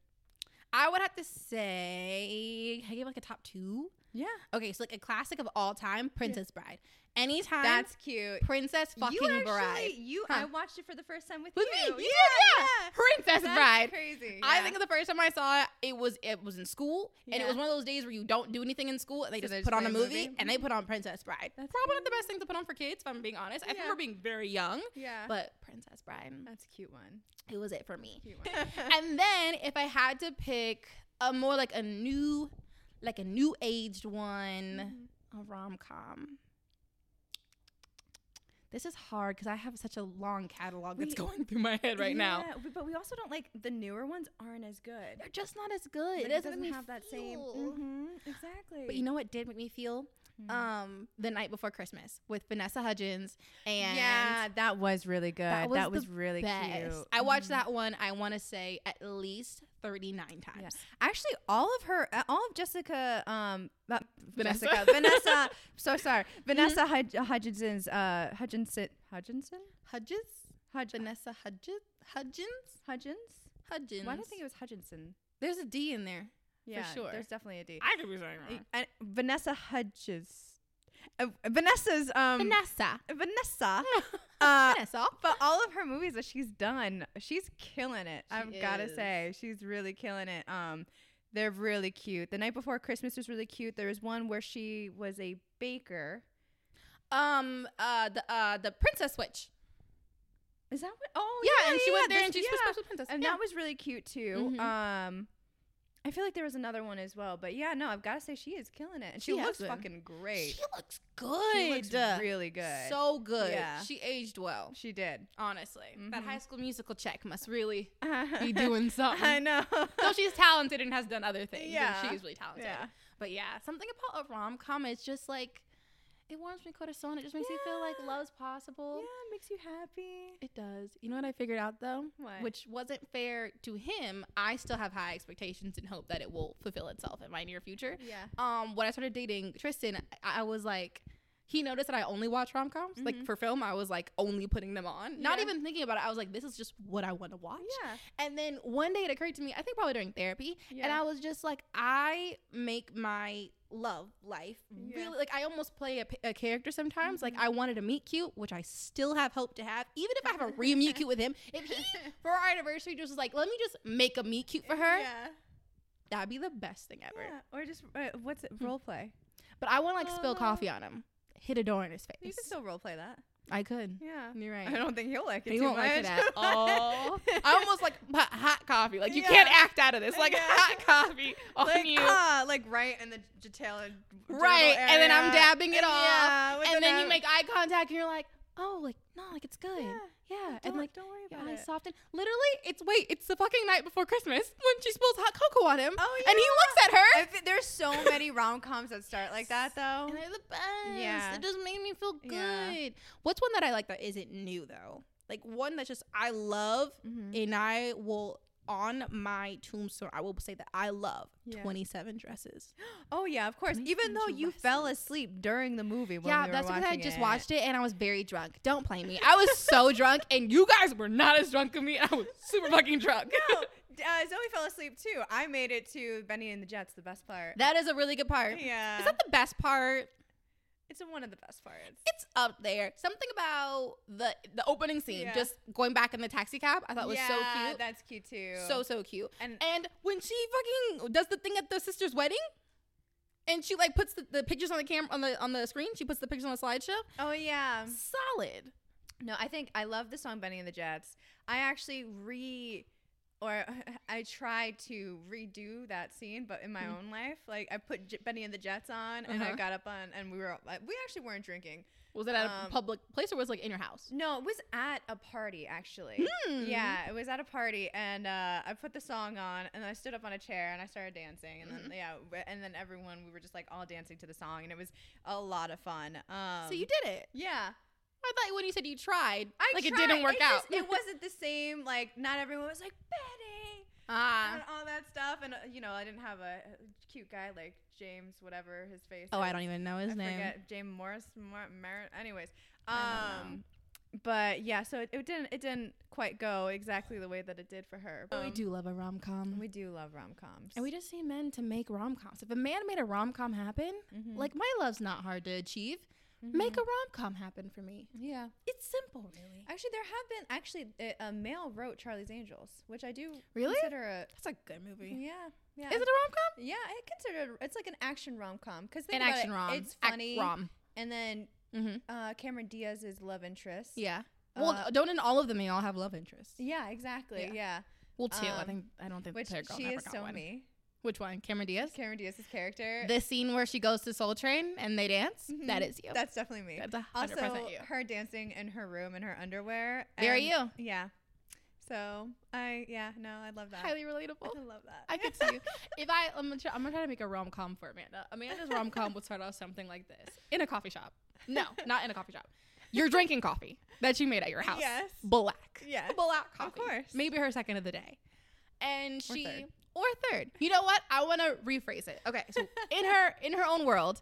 Speaker 1: I would have to say I give like a top two.
Speaker 2: Yeah,
Speaker 1: Okay, so like a classic of all time, Princess Bride. Anytime
Speaker 2: that's cute.
Speaker 1: Princess fucking
Speaker 2: you actually,
Speaker 1: Bride.
Speaker 2: You,
Speaker 1: Huh.
Speaker 2: I watched it for the first time with,
Speaker 1: With
Speaker 2: you.
Speaker 1: me,
Speaker 2: Yeah,
Speaker 1: yeah,
Speaker 2: yeah.
Speaker 1: Princess
Speaker 2: That's
Speaker 1: Bride.
Speaker 2: Crazy.
Speaker 1: I
Speaker 2: yeah.
Speaker 1: think the first time I saw it, it was it was in school, and it
Speaker 2: Yeah.
Speaker 1: was one of those days where you don't do anything in school, and they
Speaker 2: So
Speaker 1: just
Speaker 2: they
Speaker 1: put
Speaker 2: just
Speaker 1: on a
Speaker 2: play a
Speaker 1: movie,
Speaker 2: movie?
Speaker 1: and they put on Princess Bride.
Speaker 2: That's
Speaker 1: Probably not
Speaker 2: cute.
Speaker 1: the best thing to put on for kids, if I'm being honest. I
Speaker 2: Yeah. Uh.
Speaker 1: remember being very young,
Speaker 2: yeah,
Speaker 1: but Princess Bride,
Speaker 2: that's a cute one.
Speaker 1: it was it for me.
Speaker 2: Cute one. Mm-hmm.
Speaker 1: and then if I had to pick a more like a new, like a new aged one, a rom com. This is hard because I have such a long catalog that's
Speaker 2: We-
Speaker 1: going through my head right now.
Speaker 2: Yeah, we- but we also don't like the newer ones aren't as good.
Speaker 1: They're just not as good.
Speaker 2: Like,
Speaker 1: it doesn't,
Speaker 2: have that same. Mhm, exactly.
Speaker 1: But you know what did make me feel?
Speaker 2: Mhm.
Speaker 1: Um, the night before Christmas with Vanessa Hudgens and
Speaker 2: yeah, that was really good. That
Speaker 1: That
Speaker 2: was,
Speaker 1: was the
Speaker 2: really
Speaker 1: Best.
Speaker 2: cute.
Speaker 1: I watched
Speaker 2: Mhm.
Speaker 1: that one. I want to say at least thirty nine times.
Speaker 2: Actually, all of her, uh, all of Jessica, um, uh,
Speaker 1: Vanessa. Mm-hmm.
Speaker 2: Jessica, Vanessa. So sorry, Vanessa Hud- Hudgenson's, uh, Hudgenson, Hudgenson,
Speaker 1: Hudges,
Speaker 2: Hudg-
Speaker 1: Vanessa Hudges, Hudgens,
Speaker 2: Hudgens.
Speaker 1: Hudgens.
Speaker 2: Why do I think it was Hudgenson?
Speaker 1: There's a D in there.
Speaker 2: Yeah,
Speaker 1: sure.
Speaker 2: There's definitely a D.
Speaker 1: I could be saying
Speaker 2: Uh, and Vanessa Hudges. Uh, Vanessa's um
Speaker 1: Vanessa.
Speaker 2: Vanessa. Uh,
Speaker 1: Vanessa.
Speaker 2: but all of her movies that she's done, she's killing it.
Speaker 1: She
Speaker 2: I've got to
Speaker 1: is.
Speaker 2: say, she's really killing it. Um, they're really cute. The night before Christmas was really cute. There was one where she was a baker.
Speaker 1: Um. Uh. The. Uh. The Princess Switch.
Speaker 2: Is that what? Oh,
Speaker 1: Yeah. and she went there
Speaker 2: this-
Speaker 1: and she was
Speaker 2: yeah.
Speaker 1: supposed to be princess.
Speaker 2: and
Speaker 1: yeah.
Speaker 2: that was really cute too.
Speaker 1: Mhm.
Speaker 2: Um, I feel like there was another one as well, but yeah, no, I've got to say she is killing it, and she,
Speaker 1: She has
Speaker 2: looks
Speaker 1: been.
Speaker 2: fucking great.
Speaker 1: She looks good.
Speaker 2: She looks really good.
Speaker 1: So good.
Speaker 2: Yeah.
Speaker 1: She aged well.
Speaker 2: she did.
Speaker 1: Honestly, that
Speaker 2: Mhm.
Speaker 1: High School Musical check must really
Speaker 2: Be
Speaker 1: be doing
Speaker 2: I
Speaker 1: something.
Speaker 2: know.
Speaker 1: So she's talented and has done other things. and
Speaker 2: Yeah.
Speaker 1: she's really talented.
Speaker 2: yeah.
Speaker 1: But yeah, something about a rom com is just like it warms my corazon. It just makes me feel like
Speaker 2: Yeah.
Speaker 1: love's
Speaker 2: Yeah,
Speaker 1: possible.
Speaker 2: it makes you happy.
Speaker 1: It does. You know what I figured out though?
Speaker 2: What?
Speaker 1: Which wasn't fair to him. I still have high expectations and hope that it will fulfill itself in my near future.
Speaker 2: Yeah.
Speaker 1: Um, when I started dating Tristan, I, I was like, he noticed that I only watch rom coms. Like
Speaker 2: Mhm.
Speaker 1: for film, I was like only putting them on, not
Speaker 2: Yeah.
Speaker 1: even thinking about it. I was like, this is just what I want to watch.
Speaker 2: Yeah.
Speaker 1: And then one day it occurred to me, I think probably during therapy, and I was just like, I make my love life
Speaker 2: Yeah.
Speaker 1: really like I almost play a, p- a character sometimes.
Speaker 2: Mhm.
Speaker 1: Like I wanted a meet cute, which I still have hope to have, even if I have a re meet cute with him. If he for our anniversary just was like, let me just make a meet cute for her,
Speaker 2: Yeah.
Speaker 1: that'd be the best thing ever.
Speaker 2: Yeah. Or just uh, what's
Speaker 1: Hmm.
Speaker 2: it? Role play.
Speaker 1: But I want to like spill
Speaker 2: Oh.
Speaker 1: coffee on him, hit a door in his face.
Speaker 2: You can still role play that.
Speaker 1: I could.
Speaker 2: Yeah.
Speaker 1: You're right.
Speaker 2: I don't think he'll like it.
Speaker 1: He
Speaker 2: too
Speaker 1: won't
Speaker 2: much.
Speaker 1: like it at all. I almost like put hot coffee. Like you
Speaker 2: Yeah.
Speaker 1: can't act out of this. Like
Speaker 2: Yeah.
Speaker 1: hot coffee on
Speaker 2: like,
Speaker 1: you.
Speaker 2: ah, like right in the detail.
Speaker 1: Right, and then I'm dabbing it off,
Speaker 2: Yeah, with
Speaker 1: and then you
Speaker 2: dab-
Speaker 1: make eye contact and you're like, oh, like, no, like it's good.
Speaker 2: Yeah.
Speaker 1: Yeah.
Speaker 2: Don't,
Speaker 1: And like,
Speaker 2: don't worry
Speaker 1: your
Speaker 2: about
Speaker 1: eyes
Speaker 2: it.
Speaker 1: soften. Literally, it's wait, it's the fucking night before Christmas when she spills hot cocoa on him.
Speaker 2: Oh yeah.
Speaker 1: And he looks at her.
Speaker 2: I thi- there's so many rom coms that start like that though.
Speaker 1: And they're the best.
Speaker 2: Yeah.
Speaker 1: It just made me feel good.
Speaker 2: Yeah.
Speaker 1: What's one that I like that isn't new though? Like one that's just I love
Speaker 2: Mhm.
Speaker 1: and I will on my tombstone, I will say that I love
Speaker 2: Yeah.
Speaker 1: 27 dresses.
Speaker 2: Oh yeah, of course.
Speaker 1: Makes
Speaker 2: Even
Speaker 1: me
Speaker 2: though you fell
Speaker 1: dresses.
Speaker 2: asleep during the movie, when
Speaker 1: yeah,
Speaker 2: we were
Speaker 1: that's because I
Speaker 2: watching
Speaker 1: just
Speaker 2: it.
Speaker 1: watched it and I was very drunk. Don't play me. I was so drunk and you guys were not as drunk as me. I was super fucking drunk.
Speaker 2: No, d- uh, Zoe fell asleep too. I made it to Benny and the Jets, the best part.
Speaker 1: that is a really good part.
Speaker 2: yeah,
Speaker 1: Is that the best part?
Speaker 2: it's one of the best parts.
Speaker 1: It's up there. Something about the the opening scene,
Speaker 2: Yeah.
Speaker 1: just going back in the taxi cab. I thought was so
Speaker 2: Yeah,
Speaker 1: cute.
Speaker 2: That's cute too.
Speaker 1: So so cute.
Speaker 2: and
Speaker 1: And when she fucking does the thing at the sister's wedding, and she like puts the, the pictures on the camera on the on the screen. She puts the pictures on the slideshow.
Speaker 2: oh yeah,
Speaker 1: Solid.
Speaker 2: no, I think I love the song Benny and the Jets. I actually re or I tried to redo that scene, but in my own life, like I put J- Benny and the Jets on, and I
Speaker 1: Uh-huh.
Speaker 2: got up on, and we were all- like, we actually weren't drinking.
Speaker 1: Was it at a
Speaker 2: Um,
Speaker 1: public place or was it, like in your house?
Speaker 2: No, it was at a party actually.
Speaker 1: Hmm.
Speaker 2: Yeah, it was at a party, and uh, I put the song on, and I stood up on a chair, and I started dancing, and then yeah, w- and then everyone we were just like all dancing to the song, and it was a lot of fun. Um,
Speaker 1: so you did it.
Speaker 2: yeah,
Speaker 1: I thought when you said you tried,
Speaker 2: I
Speaker 1: like it
Speaker 2: tried.
Speaker 1: didn't work out.
Speaker 2: just- it wasn't the same. Like not everyone was like Benny. and
Speaker 1: ah.
Speaker 2: all that stuff. And uh, you know, I didn't have a cute guy like James, whatever his face.
Speaker 1: Oh,
Speaker 2: is.
Speaker 1: I don't even know his
Speaker 2: I
Speaker 1: name.
Speaker 2: forget James Morris. Mar- Mar- anyways,
Speaker 1: I don't know.
Speaker 2: um, but yeah, so it, it didn't it didn't quite go exactly the way that it did for her.
Speaker 1: But we
Speaker 2: Um,
Speaker 1: do love a rom com.
Speaker 2: we do love rom coms.
Speaker 1: And we just see men to make rom coms. If a man made a rom com happen,
Speaker 2: Mm-hmm,
Speaker 1: like my love's not hard to achieve, make a rom com happen for me.
Speaker 2: yeah.
Speaker 1: It's simple, really.
Speaker 2: Actually, there have been actually a, a male wrote Charlie's Angels, which I do
Speaker 1: Really?
Speaker 2: consider a
Speaker 1: That's a good movie.
Speaker 2: yeah yeah.
Speaker 1: Is it a rom com?
Speaker 2: yeah, I consider it's like an action rom com because
Speaker 1: An action rom.
Speaker 2: It's funny,
Speaker 1: rom.
Speaker 2: and then
Speaker 1: Mm-hmm.
Speaker 2: uh, Cameron Diaz's love interest.
Speaker 1: Yeah. Well,
Speaker 2: Uh,
Speaker 1: don't in all of them they all have love interests.
Speaker 2: Yeah, exactly.
Speaker 1: Yeah.
Speaker 2: Yeah.
Speaker 1: Well, two. I
Speaker 2: um,
Speaker 1: think I don't think
Speaker 2: Which
Speaker 1: the third girl
Speaker 2: she
Speaker 1: never
Speaker 2: is
Speaker 1: got
Speaker 2: so
Speaker 1: one.
Speaker 2: me.
Speaker 1: Which one? Cameron Diaz.
Speaker 2: Cameron Diaz's character.
Speaker 1: The scene where she goes to Soul Train and they dance.
Speaker 2: Mhm.
Speaker 1: That is you.
Speaker 2: That's definitely me.
Speaker 1: That's a hundred
Speaker 2: Also,
Speaker 1: percent you.
Speaker 2: her dancing in her room in her underwear.
Speaker 1: Very
Speaker 2: and-
Speaker 1: you.
Speaker 2: Yeah. So I yeah no I love that.
Speaker 1: Highly relatable.
Speaker 2: I love that.
Speaker 1: I could see you. If I, I'm gonna, try, I'm gonna try to make a rom com for Amanda. Amanda's rom com would start off something like this in a coffee shop. No, not in a coffee shop. You're drinking coffee that you made at your house.
Speaker 2: Yes.
Speaker 1: Black.
Speaker 2: Yes.
Speaker 1: Black coffee.
Speaker 2: course.
Speaker 1: Maybe her second of the day. And
Speaker 2: Or
Speaker 1: she
Speaker 2: third.
Speaker 1: or third. You know what? I want to rephrase it. Okay. So in her in her own world,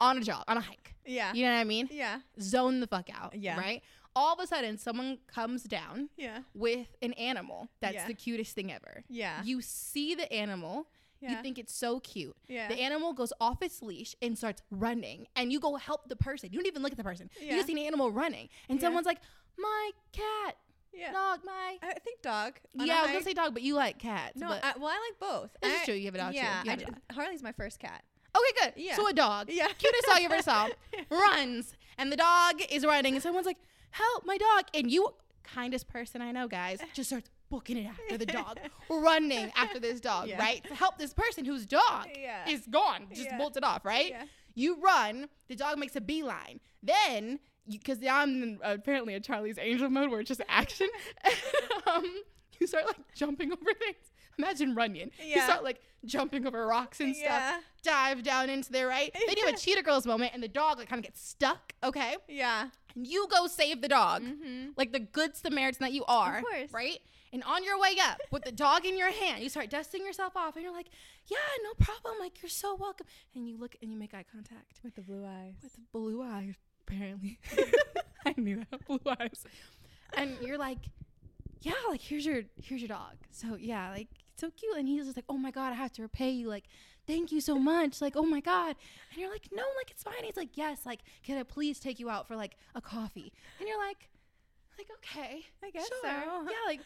Speaker 1: on a job, on a hike.
Speaker 2: Yeah.
Speaker 1: You know what I mean?
Speaker 2: Yeah.
Speaker 1: Zone the fuck out.
Speaker 2: Uh. Yeah.
Speaker 1: Right. All of a sudden, someone comes down
Speaker 2: Yeah.
Speaker 1: with an animal that's
Speaker 2: Yeah.
Speaker 1: the cutest thing ever.
Speaker 2: Yeah.
Speaker 1: You see the animal, you
Speaker 2: Yeah.
Speaker 1: think it's so cute.
Speaker 2: yeah.
Speaker 1: The animal goes off its leash and starts running, and you go help the person. You don't even look at the person. You
Speaker 2: Yeah.
Speaker 1: just see an animal running, and
Speaker 2: Yeah.
Speaker 1: someone's like, "My cat,
Speaker 2: yeah.
Speaker 1: dog, my."
Speaker 2: I think dog. on
Speaker 1: yeah, I
Speaker 2: a
Speaker 1: was gonna
Speaker 2: hike.
Speaker 1: say dog, but you like cats.
Speaker 2: no.
Speaker 1: but-
Speaker 2: I, well, I like both.
Speaker 1: This is
Speaker 2: I-
Speaker 1: true, you have a dog, too.
Speaker 2: Yeah.
Speaker 1: You
Speaker 2: I
Speaker 1: have a
Speaker 2: d- Harley's my first cat.
Speaker 1: okay, good.
Speaker 2: yeah.
Speaker 1: So a dog,
Speaker 2: Yeah.
Speaker 1: cutest dog you ever saw, runs, and the dog is running, and someone's like, "Help, my dog!" And you, kindest person I know, guys, just starts booking it after the dog, running after this dog,
Speaker 2: Yeah.
Speaker 1: right? To help this person whose dog
Speaker 2: Yeah.
Speaker 1: is gone, just
Speaker 2: Yeah.
Speaker 1: bolted off, right?
Speaker 2: Yeah.
Speaker 1: You run, the dog makes a beeline. Then, because now I'm in, apparently in Charlie's Angel mode where it's just action, um, you start like jumping over things. Imagine Runyon. You
Speaker 2: Yeah.
Speaker 1: start like jumping over rocks and
Speaker 2: Yeah.
Speaker 1: stuff, dive down into there, right? They do a Cheetah Girls moment and the dog like kind of gets stuck, okay?
Speaker 2: Yeah.
Speaker 1: And you go save the dog,
Speaker 2: Mm-hmm.
Speaker 1: like the good Samaritan that you are,
Speaker 2: course.
Speaker 1: right? And on your way up with the dog in your hand, you start dusting yourself off and you're like, yeah, no problem. Like, you're so welcome. And you look and you make eye contact
Speaker 2: With the blue eyes.
Speaker 1: with blue eyes, apparently. I knew that blue eyes. And you're like, yeah, like here's your here's your dog. So yeah, like it's so cute. And he's just like, oh my god, I have to repay you. Like, thank you so much. Like, oh my god. And you're like, no, like it's fine. He's like, yes. Like, can I please take you out for like a coffee? And you're like, like okay,
Speaker 2: I guess
Speaker 1: sure.
Speaker 2: so.
Speaker 1: Yeah, like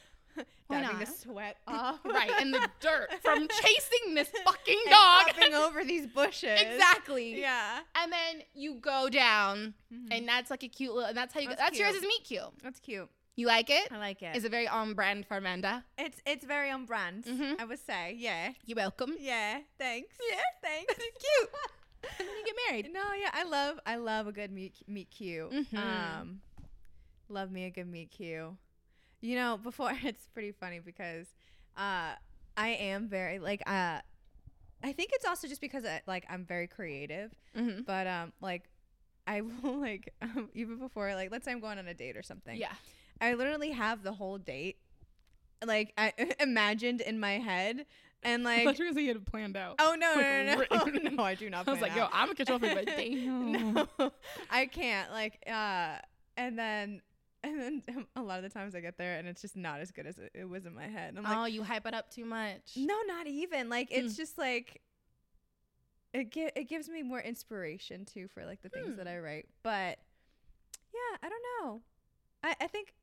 Speaker 1: why
Speaker 2: Dabbing the
Speaker 1: not?
Speaker 2: sweat off.
Speaker 1: right. And the dirt from chasing this fucking
Speaker 2: And
Speaker 1: dog.
Speaker 2: hopping over these bushes.
Speaker 1: exactly.
Speaker 2: Yeah.
Speaker 1: And then you go down, and that's like a cute little. And Mm-hmm. that's how you.
Speaker 2: That's
Speaker 1: go, that's yours
Speaker 2: cute.
Speaker 1: is meet cute.
Speaker 2: That's cute.
Speaker 1: You like it?
Speaker 2: I like it.
Speaker 1: Is it very on brand for Amanda?
Speaker 2: It's it's very on brand.
Speaker 1: Mhm.
Speaker 2: I would say, yeah,
Speaker 1: You welcome.
Speaker 2: yeah. Thanks.
Speaker 1: Yeah.
Speaker 2: thanks.
Speaker 1: cute. and then you get married.
Speaker 2: no, yeah, I love I love a good meet meet cute.
Speaker 1: Mhm.
Speaker 2: Um, love me a good meet cute. You know, before it's pretty funny because, uh, I am very like uh, I think it's also just because I, like I'm very creative.
Speaker 1: Mm-hmm.
Speaker 2: But um, like I will like um, even before like let's say I'm going on a date or something.
Speaker 1: Yeah.
Speaker 2: I literally have the whole date like I imagined in my head and like
Speaker 1: you had planned out.
Speaker 2: oh no no
Speaker 1: like,
Speaker 2: no no,
Speaker 1: written.
Speaker 2: no I do not plan out.
Speaker 1: I'm gonna catch
Speaker 2: no I can't like uh and then and then a lot of the times I get there and it's just not as good as it, it was in my head. I'm like
Speaker 1: oh, hmm. you hype it up too much.
Speaker 2: no not even like it's just like it gi- it gives me more inspiration too for like the things that
Speaker 1: Hmm.
Speaker 2: I write but yeah I don't know I I think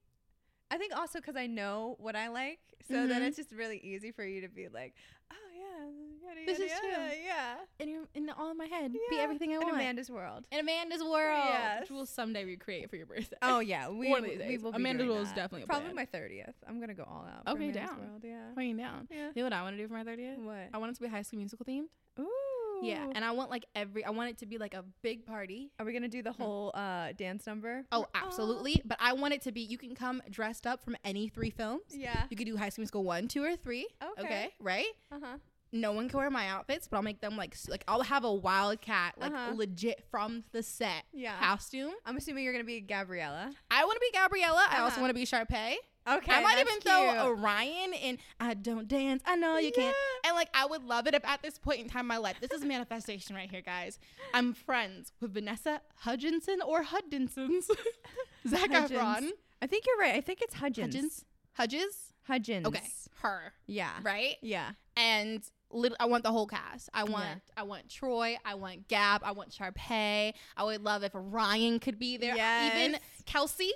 Speaker 2: I think also because I know what I like so then
Speaker 1: Mhm.
Speaker 2: it's just really easy for you to be like oh yeah yada,
Speaker 1: This
Speaker 2: yada,
Speaker 1: is true.
Speaker 2: yada. Yeah.
Speaker 1: in your, in all in my head. Be
Speaker 2: Yeah.
Speaker 1: everything I
Speaker 2: In
Speaker 1: want.
Speaker 2: Amanda's world.
Speaker 1: in Amanda's world,
Speaker 2: Yes.
Speaker 1: which we'll someday recreate for your birthday.
Speaker 2: Oh yeah, we
Speaker 1: One of these
Speaker 2: we
Speaker 1: days.
Speaker 2: will. Be
Speaker 1: Amanda
Speaker 2: doing
Speaker 1: Rule is
Speaker 2: that.
Speaker 1: definitely a
Speaker 2: probably
Speaker 1: plan.
Speaker 2: my thirtieth. I'm gonna go all out. for
Speaker 1: Okay,
Speaker 2: Amanda's
Speaker 1: down.
Speaker 2: World, Yeah.
Speaker 1: Bringing down.
Speaker 2: Yeah.
Speaker 1: You know what I want to do for my thirtieth?
Speaker 2: What?
Speaker 1: I want it to be High School Musical themed.
Speaker 2: Ooh.
Speaker 1: Oh. Yeah, and I want like every. I want it to be like a big party.
Speaker 2: Are we gonna do the whole uh, dance number?
Speaker 1: Mm. Oh, absolutely. But I want it to be. You can come dressed up from any three films.
Speaker 2: Yeah.
Speaker 1: You could do High School Musical one, two, or three.
Speaker 2: Okay.
Speaker 1: right.
Speaker 2: Uh huh.
Speaker 1: No one can wear my outfits, but I'll make them like s- like I'll have a wildcat like
Speaker 2: Uh-huh.
Speaker 1: legit from the set
Speaker 2: Yeah.
Speaker 1: costume.
Speaker 2: I'm assuming you're gonna be Gabriella.
Speaker 1: I want to be Gabriella. I also
Speaker 2: Uh-huh.
Speaker 1: want to be Sharpay.
Speaker 2: Okay.
Speaker 1: I might
Speaker 2: that's
Speaker 1: even throw
Speaker 2: cute.
Speaker 1: Orion in I don't dance. I know you can't.
Speaker 2: Yeah.
Speaker 1: And like I would love it if at this point in time in my life, this is manifestation right here, guys. I'm friends with Vanessa Hudgenson or Hudgensons. Zach
Speaker 2: Hudgens.
Speaker 1: Efron.
Speaker 2: I think you're right. I think it's Hudgens.
Speaker 1: Hudgens. Hudges?
Speaker 2: Hudgens.
Speaker 1: Okay. Her.
Speaker 2: Yeah.
Speaker 1: Right?
Speaker 2: Yeah.
Speaker 1: And lit- I want the whole cast. I
Speaker 2: Yeah.
Speaker 1: want I want Troy. I want Gab. I want Sharpay. I would love if Ryan could be there. Even
Speaker 2: Yes.
Speaker 1: Kelsey.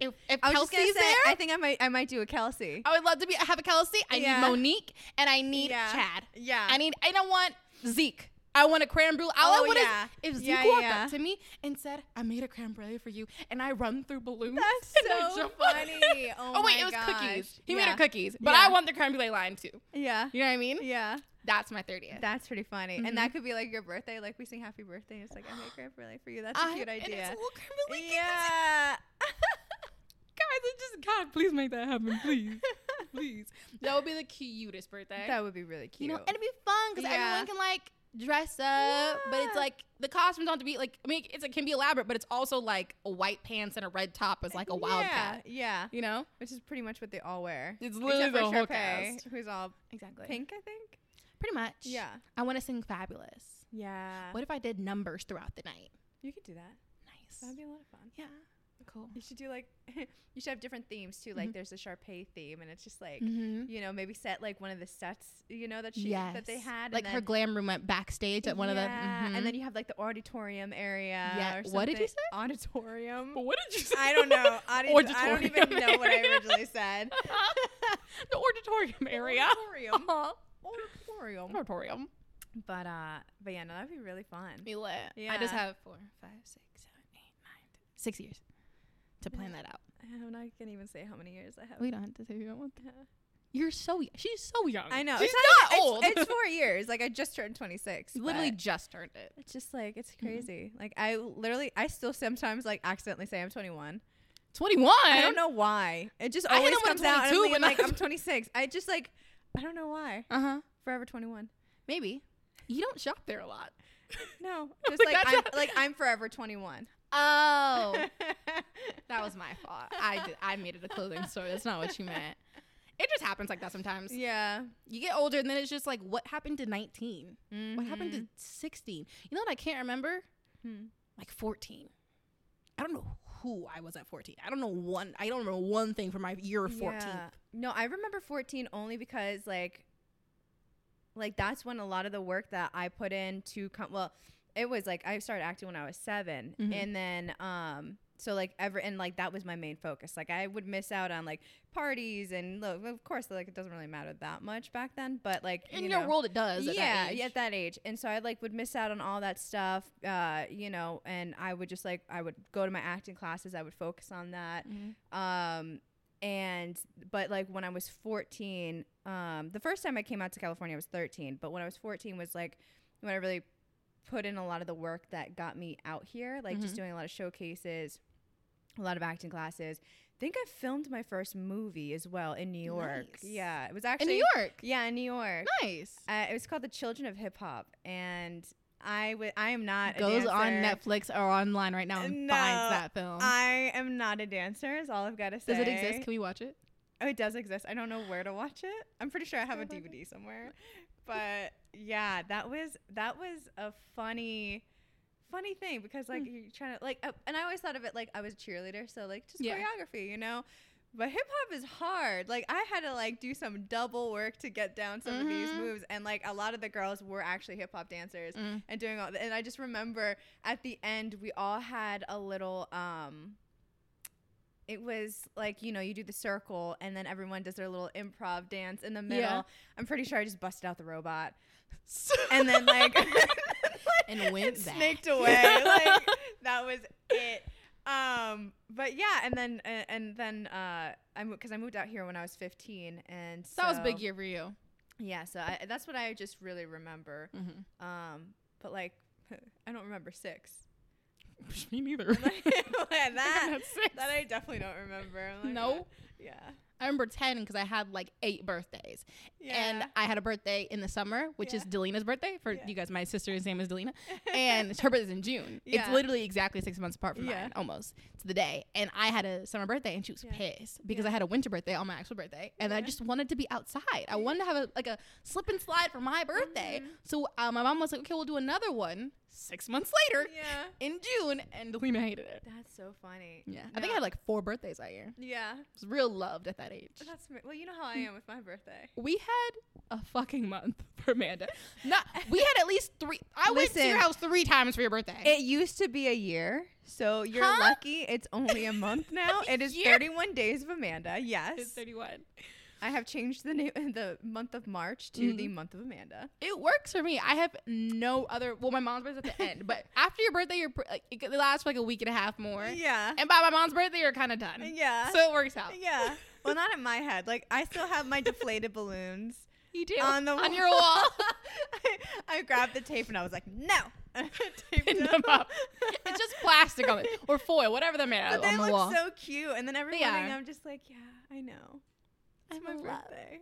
Speaker 1: If, if
Speaker 2: I was just gonna
Speaker 1: Kelsey's
Speaker 2: say,
Speaker 1: there.
Speaker 2: I think I might. I might do a Kelsey.
Speaker 1: I would love to be have a Kelsey. I
Speaker 2: Yeah.
Speaker 1: need Monique and I need
Speaker 2: Yeah.
Speaker 1: Chad.
Speaker 2: Yeah.
Speaker 1: I need and I want Zeke. I want a creme brulee. All
Speaker 2: Oh,
Speaker 1: I want
Speaker 2: yeah.
Speaker 1: is if Zeke
Speaker 2: Yeah,
Speaker 1: walked
Speaker 2: yeah.
Speaker 1: up to me and said, "I made a creme brulee for you," and I run through balloons.
Speaker 2: That's
Speaker 1: and I
Speaker 2: so
Speaker 1: jump on-
Speaker 2: funny. Oh,
Speaker 1: wait,
Speaker 2: my
Speaker 1: it was
Speaker 2: gosh.
Speaker 1: cookies. He
Speaker 2: yeah.
Speaker 1: made her cookies, but
Speaker 2: Yeah.
Speaker 1: I want the creme brulee line too.
Speaker 2: Yeah.
Speaker 1: You know what I mean?
Speaker 2: Yeah.
Speaker 1: That's my thirtieth.
Speaker 2: That's pretty funny.
Speaker 1: Mhm.
Speaker 2: And that could be like your birthday. Like we sing happy birthday. It's like I make creme brulee for you. That's a
Speaker 1: I,
Speaker 2: cute
Speaker 1: And it's a
Speaker 2: idea.
Speaker 1: little creme brulee cake.
Speaker 2: Yeah.
Speaker 1: Guys, it just God, please make that happen, please, please. That would be the cutest birthday.
Speaker 2: that would be really
Speaker 1: you
Speaker 2: cute.
Speaker 1: know, and it'd be fun because
Speaker 2: Yeah.
Speaker 1: everyone can like dress up, but it's
Speaker 2: Yeah.
Speaker 1: like the costumes don't have to be like. I mean, it's, it can be elaborate, but it's also like a white pants and a red top is like a wildcat.
Speaker 2: Yeah. yeah.
Speaker 1: You know,
Speaker 2: Which is pretty much what they all wear.
Speaker 1: It's
Speaker 2: Except
Speaker 1: literally
Speaker 2: for
Speaker 1: the whole
Speaker 2: Sharpay,
Speaker 1: cast.
Speaker 2: who's all
Speaker 1: exactly.
Speaker 2: pink, I think.
Speaker 1: Pretty much.
Speaker 2: Yeah.
Speaker 1: I want to sing fabulous.
Speaker 2: Yeah.
Speaker 1: What if I did numbers throughout the night?
Speaker 2: You could do that.
Speaker 1: Nice.
Speaker 2: That'd be a lot of fun.
Speaker 1: Yeah. Cool.
Speaker 2: You should do like you should have different themes too. Like there's a Sharpay theme, and it's just like
Speaker 1: Mm-hmm.
Speaker 2: you know maybe set like one of the sets you know that she
Speaker 1: Yes.
Speaker 2: that they had
Speaker 1: like
Speaker 2: and
Speaker 1: her
Speaker 2: then-
Speaker 1: glam room went backstage at one of the.
Speaker 2: Yeah,
Speaker 1: mhm.
Speaker 2: and then you have like the auditorium area.
Speaker 1: Yeah,
Speaker 2: or
Speaker 1: what did you
Speaker 2: something. Auditorium.
Speaker 1: But what did you say?
Speaker 2: I don't know. Audi- I don't even
Speaker 1: Auditorium
Speaker 2: know what I
Speaker 1: area.
Speaker 2: originally said.
Speaker 1: the auditorium area.
Speaker 2: Auditorium.
Speaker 1: Uh-huh.
Speaker 2: Auditorium.
Speaker 1: Auditorium.
Speaker 2: But uh, but yeah, no, that'd be really fun.
Speaker 1: Be lit. I
Speaker 2: Yeah.
Speaker 1: just have four, five, six, seven, eight, nine, ten- six years to plan that out.
Speaker 2: I'm not gonna even say how many years I have.
Speaker 1: We don't have to say we don't want that. You're so y- she's so young.
Speaker 2: I know.
Speaker 1: she's
Speaker 2: it's
Speaker 1: not,
Speaker 2: it's-
Speaker 1: old.
Speaker 2: It's, four years. Like I just turned 26.
Speaker 1: literally Mm-hmm.
Speaker 2: but
Speaker 1: just turned it.
Speaker 2: It's just like it's crazy. Like I literally, I still sometimes like accidentally say I'm 21.
Speaker 1: Twenty one.
Speaker 2: I don't know why. It just
Speaker 1: I hit
Speaker 2: always
Speaker 1: him when I'm
Speaker 2: comes out. and I'm
Speaker 1: 22,
Speaker 2: thinking,
Speaker 1: but
Speaker 2: like
Speaker 1: not-
Speaker 2: I'm 26. I just like I don't know why.
Speaker 1: Uh huh.
Speaker 2: Forever 21.
Speaker 1: Maybe you don't shop there a lot.
Speaker 2: No,
Speaker 1: I'm
Speaker 2: just like
Speaker 1: like,
Speaker 2: I'm,
Speaker 1: that's a-
Speaker 2: like I'm forever 21.
Speaker 1: Oh, that was my fault. I did, I made it a clothing store. That's not what you meant. It just happens like that sometimes.
Speaker 2: yeah.
Speaker 1: You get older, and then it's just like, what happened to nineteen? What happened to
Speaker 2: Mhm.
Speaker 1: 16? You know what I can't remember?
Speaker 2: Hmm.
Speaker 1: Like 14. I don't know who I was at 14. I don't know one. I don't remember one thing from my year of 14.
Speaker 2: Yeah. No, I remember 14 only because like like that's when a lot of the work that I put in to come well, it was like I started acting when I was 7
Speaker 1: Mhm.
Speaker 2: and then um so like ever and like that was my main focus. Like I would miss out on like parties and look, of course like it doesn't really matter that much back then, but like
Speaker 1: In
Speaker 2: you
Speaker 1: your
Speaker 2: know,
Speaker 1: world, it does.
Speaker 2: yeah,
Speaker 1: At that age.
Speaker 2: yeah, at that age. And so I like would miss out on all that stuff, uh, you know, and I would just like I would go to my acting classes, I would focus on that.
Speaker 1: Mhm.
Speaker 2: Um and but like when I was 14, um the first time I came out to California I was 13, but when I was 14 was like when I really put in a lot of the work that got me out here, like
Speaker 1: Mm-hmm.
Speaker 2: just doing a lot of showcases, a lot of acting classes. I think I filmed my first movie as well in New York.
Speaker 1: Nice.
Speaker 2: Yeah, it was
Speaker 1: In
Speaker 2: actually
Speaker 1: New York.
Speaker 2: Yeah, in New York.
Speaker 1: Nice.
Speaker 2: Uh, it was called The Children of Hip Hop, and I wa- I am not
Speaker 1: Goes
Speaker 2: a
Speaker 1: on
Speaker 2: dancer.
Speaker 1: Netflix or online right now and finds
Speaker 2: No,
Speaker 1: that film.
Speaker 2: I am not a dancer. Is all I've got to say.
Speaker 1: does it exist? Can we watch it?
Speaker 2: oh, it does exist. I don't know where to watch it. I'm pretty sure I have a
Speaker 1: Don't like it.
Speaker 2: DVD somewhere. But yeah, that was that was a funny. Funny thing because like you're trying to like, uh, and I always thought of it like I was a cheerleader, so like just
Speaker 1: Yeah.
Speaker 2: choreography, you know. But hip hop is hard. Like I had to like do some double work to get down some of these
Speaker 1: Mhm.
Speaker 2: moves, and like a lot of the girls were actually hip hop dancers,
Speaker 1: Mm.
Speaker 2: and doing all that. And I just remember at the end, we all had a little um, it was like you know you do the circle and then everyone does their little improv dance in the middle.
Speaker 1: Yeah.
Speaker 2: I'm pretty sure I just busted out the robot and then like
Speaker 1: And went back.
Speaker 2: snaked away. like that was it. Um, but yeah, and then and, and then uh, I because I moved out here when I was 15, and
Speaker 1: that was a
Speaker 2: so-
Speaker 1: big year for you.
Speaker 2: Yeah, so I, that's what I just really remember.
Speaker 1: Mhm.
Speaker 2: Um, but like I don't remember six.
Speaker 1: Me neither.
Speaker 2: Like, that
Speaker 1: had six.
Speaker 2: that I definitely don't remember. I'm like,
Speaker 1: No.
Speaker 2: uh, Yeah.
Speaker 1: I remember 10 because I had like eight birthdays. And
Speaker 2: Yeah.
Speaker 1: I had a birthday in the summer, which is
Speaker 2: Yeah.
Speaker 1: Delina's birthday. For
Speaker 2: Yeah.
Speaker 1: you guys, my sister's name is Delina. and her birthday's in June. It's
Speaker 2: Yeah.
Speaker 1: literally exactly six months apart from
Speaker 2: Yeah.
Speaker 1: mine, almost to the day. And I had a summer birthday, and she was
Speaker 2: Yeah.
Speaker 1: pissed because I
Speaker 2: Yeah.
Speaker 1: had a winter birthday on my actual birthday, and I
Speaker 2: Yeah.
Speaker 1: just wanted to be outside. I wanted to have a, like a slip and slide for my birthday.
Speaker 2: Mm-hmm.
Speaker 1: So uh, my mom was like, "Okay, we'll do another one six months later
Speaker 2: yeah.
Speaker 1: in June," and Delina hated it.
Speaker 2: That's so funny.
Speaker 1: Yeah, I think I had like four birthdays that year.
Speaker 2: Yeah.
Speaker 1: It was real loved at that age.
Speaker 2: That's ama- well, you know how I am with my birthday.
Speaker 1: We had a fucking month for Amanda. Not, we had at least three. I went to your
Speaker 2: Listen.
Speaker 1: house three times for your birthday.
Speaker 2: It used to be a year, so you're
Speaker 1: Huh?
Speaker 2: lucky. It's only a month now.
Speaker 1: A
Speaker 2: It is
Speaker 1: year?
Speaker 2: 31 days of Amanda.
Speaker 1: it's
Speaker 2: Yes,
Speaker 1: 31.
Speaker 2: I have changed the name the month of March to the month of Amanda.
Speaker 1: It works for me. I have no other. Well, my mom's birthday's at the end, but after your birthday, your like, it could last for like a week and a half more.
Speaker 2: Yeah,
Speaker 1: And by my mom's birthday, you're kind of done.
Speaker 2: yeah,
Speaker 1: So it works out.
Speaker 2: yeah. Well, not in my head. Like I still have my deflated balloons
Speaker 1: You do
Speaker 2: on the
Speaker 1: on your wall.
Speaker 2: I, I grabbed the tape and I was like, no. And I taped
Speaker 1: Pinned them up. it's just plastic on it or foil, whatever they're made out
Speaker 2: But
Speaker 1: of
Speaker 2: they
Speaker 1: on the
Speaker 2: look
Speaker 1: wall.
Speaker 2: so cute. And then every
Speaker 1: They
Speaker 2: morning
Speaker 1: are.
Speaker 2: I'm just like, yeah, I know. It's
Speaker 1: I'm
Speaker 2: my
Speaker 1: in love.
Speaker 2: birthday.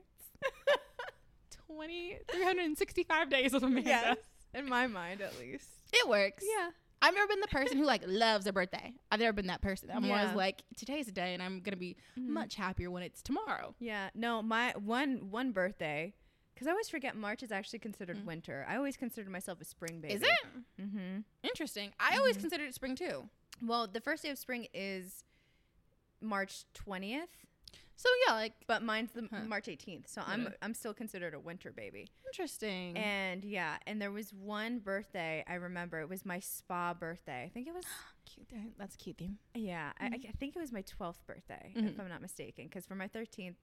Speaker 1: 20, 365 days of Amanda.
Speaker 2: yes. In my mind, at least.
Speaker 1: It works.
Speaker 2: Yeah.
Speaker 1: I've never been the person who like loves a birthday. I've never been that person. I'm always
Speaker 2: Yeah. Mm-hmm.
Speaker 1: like, today's the day, and I'm gonna be much happier when it's tomorrow.
Speaker 2: Yeah. No, my one one birthday, because I always forget March is actually considered winter. I always considered myself a spring baby.
Speaker 1: Mm. Is it
Speaker 2: Mm-hmm.
Speaker 1: interesting? I always considered it spring too.
Speaker 2: Well, the first day of spring is March 20th,
Speaker 1: So yeah, like
Speaker 2: but mine's the
Speaker 1: Huh.
Speaker 2: March 18th. So I'm
Speaker 1: Yeah.
Speaker 2: I'm still considered a winter baby.
Speaker 1: interesting.
Speaker 2: And yeah, and there was one birthday I remember. It was my spa birthday. I think it was
Speaker 1: cute. thing. That's a cute theme.
Speaker 2: Yeah, I, I think it was my twelfth birthday,
Speaker 1: Mhm.
Speaker 2: if I'm not mistaken. Because for my thirteenth,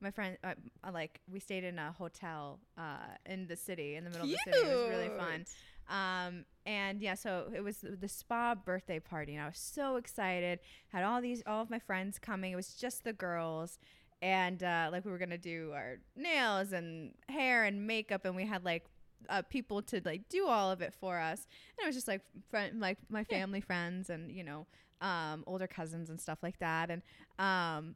Speaker 2: my friend, uh, uh, like, we stayed in a hotel uh, in the city, in the middle of the city. It was really fun. Um, and yeah, so it was the the spa birthday party, and I was so excited. Had all these, all of my friends coming. It was just the girls, and uh, like we were gonna do our nails and hair and makeup, and we had like uh, people to like do all of it for us. And it was just like friend, like my family friends, and you know, um, older cousins and stuff like that. And um,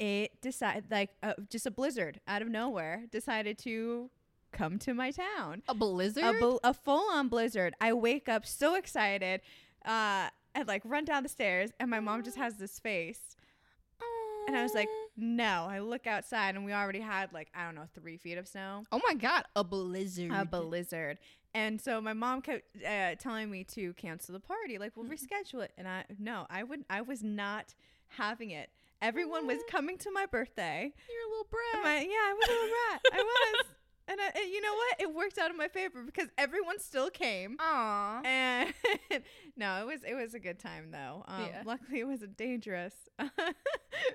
Speaker 2: it decided like uh, just a blizzard out of nowhere decided to come to my town
Speaker 1: A blizzard.
Speaker 2: a, bl- a full-on blizzard i wake up so excited uh and like run down the stairs and my mom just has this face and i was like
Speaker 1: Aw.
Speaker 2: no i look outside and we already had like i don't know three feet of snow
Speaker 1: oh my god, a blizzard.
Speaker 2: a blizzard and so my mom kept uh, telling me to cancel the party like we'll reschedule it and i no i would i was not having it everyone was coming to my birthday
Speaker 1: You're a little brat.
Speaker 2: my, yeah, I was a little rat. I was. And, I, and you know what? It worked out in my favor because everyone still came.
Speaker 1: Aw.
Speaker 2: And no, it was it was a good time though. Um,
Speaker 1: Yeah.
Speaker 2: Luckily, it wasn't dangerous.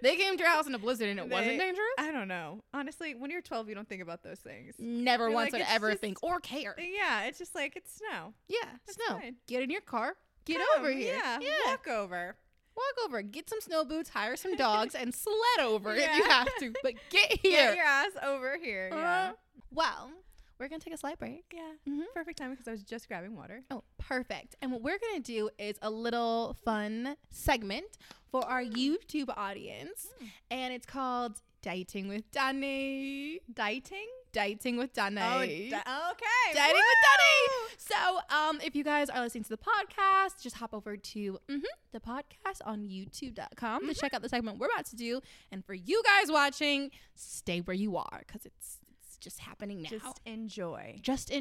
Speaker 1: They came to your house in a blizzard and it wasn't
Speaker 2: They-
Speaker 1: dangerous.
Speaker 2: I don't know. Honestly, when you're 12, you don't think about those things.
Speaker 1: Never
Speaker 2: They're
Speaker 1: once
Speaker 2: like,
Speaker 1: would
Speaker 2: "It's
Speaker 1: ever
Speaker 2: just-
Speaker 1: think or care.
Speaker 2: Yeah, it's just like it's snow.
Speaker 1: Yeah,
Speaker 2: It's
Speaker 1: snow.
Speaker 2: fine.
Speaker 1: Get in your car. Get
Speaker 2: Come,
Speaker 1: over here.
Speaker 2: Yeah, walk over.
Speaker 1: Walk over, get some snow boots, hire some dogs, and sled over if you
Speaker 2: Yeah.
Speaker 1: have to. But get here.
Speaker 2: Get your ass over here. yeah.
Speaker 1: Uh-huh. Well, we're gonna take a slight break.
Speaker 2: Yeah.
Speaker 1: Mhm.
Speaker 2: Perfect time because I was just grabbing water.
Speaker 1: Oh, perfect. And what we're going to do is a little fun segment for our
Speaker 2: Mm.
Speaker 1: YouTube audience. And it's called Dating with Danny.
Speaker 2: Dieting?
Speaker 1: Dating with Danny.
Speaker 2: Oh, di- okay.
Speaker 1: Dating
Speaker 2: Woo!
Speaker 1: with Danny. So, um, if you guys are listening to the podcast, just hop over to mhm, the podcast on youtube.com
Speaker 2: Mm-hmm.
Speaker 1: to check out the segment we're about to do. And for you guys watching, stay where you are because it's, it's just happening now.
Speaker 2: Just
Speaker 1: Just,
Speaker 2: enjoy.
Speaker 1: enjoy.
Speaker 2: Just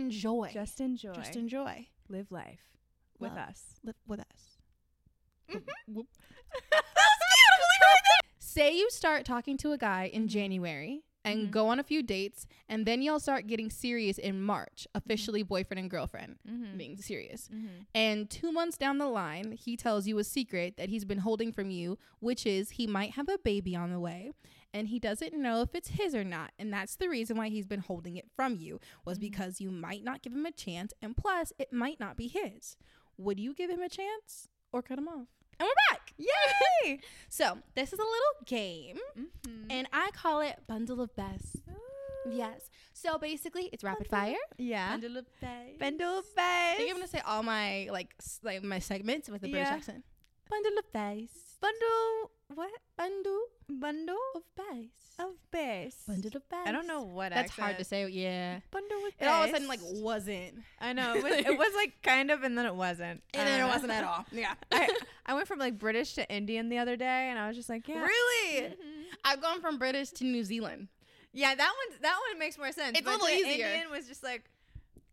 Speaker 2: enjoy.
Speaker 1: Just enjoy.
Speaker 2: Live life with
Speaker 1: Love.
Speaker 2: us.
Speaker 1: Live with us. Whoop.
Speaker 2: that was beautifully right
Speaker 1: Say you start talking to a guy in January and
Speaker 2: Mhm.
Speaker 1: go on a few dates, and then y'all start getting serious in March, officially boyfriend and girlfriend
Speaker 2: Mm-hmm.
Speaker 1: being serious.
Speaker 2: Mm-hmm.
Speaker 1: And two months down the line, he tells you a secret that he's been holding from you, which is he might have a baby on the way and he doesn't know if it's his or not. And that's the reason why he's been holding it from you, was
Speaker 2: Mhm.
Speaker 1: because you might not give him a chance. And plus, it might not be his. Would you give him a chance or cut him off? And we're back.
Speaker 2: Yay!
Speaker 1: So, this is a little game,
Speaker 2: Mm-hmm.
Speaker 1: and I call it Bundle of Best. Yes. So, basically, it's rapid fire.
Speaker 2: Yeah.
Speaker 1: Bundle of Best.
Speaker 2: Bendel
Speaker 1: I think I'm gonna
Speaker 2: face.
Speaker 1: say all my like s- like my segments with a British
Speaker 2: Yeah.
Speaker 1: accent. Bundle of bass.
Speaker 2: Bundle what?
Speaker 1: Bundle
Speaker 2: Bundle
Speaker 1: of bass.
Speaker 2: of bass.
Speaker 1: Bundle of bass.
Speaker 2: I don't know what
Speaker 1: That's hard to
Speaker 2: accent.
Speaker 1: say. Yeah.
Speaker 2: Bundle with
Speaker 1: It all of a sudden like
Speaker 2: bass.
Speaker 1: wasn't,
Speaker 2: I know it was, it was like kind of, and then it wasn't,
Speaker 1: and
Speaker 2: I
Speaker 1: then it
Speaker 2: don't know.
Speaker 1: wasn't at all. Uh, Yeah.
Speaker 2: I, I went from like British to Indian the other day, and I was just like, yeah,
Speaker 1: Really?
Speaker 2: Mhm.
Speaker 1: I've gone from British to New Zealand.
Speaker 2: yeah, that one that one makes more sense.
Speaker 1: It's a
Speaker 2: but
Speaker 1: little
Speaker 2: the
Speaker 1: easier.
Speaker 2: Indian was just like,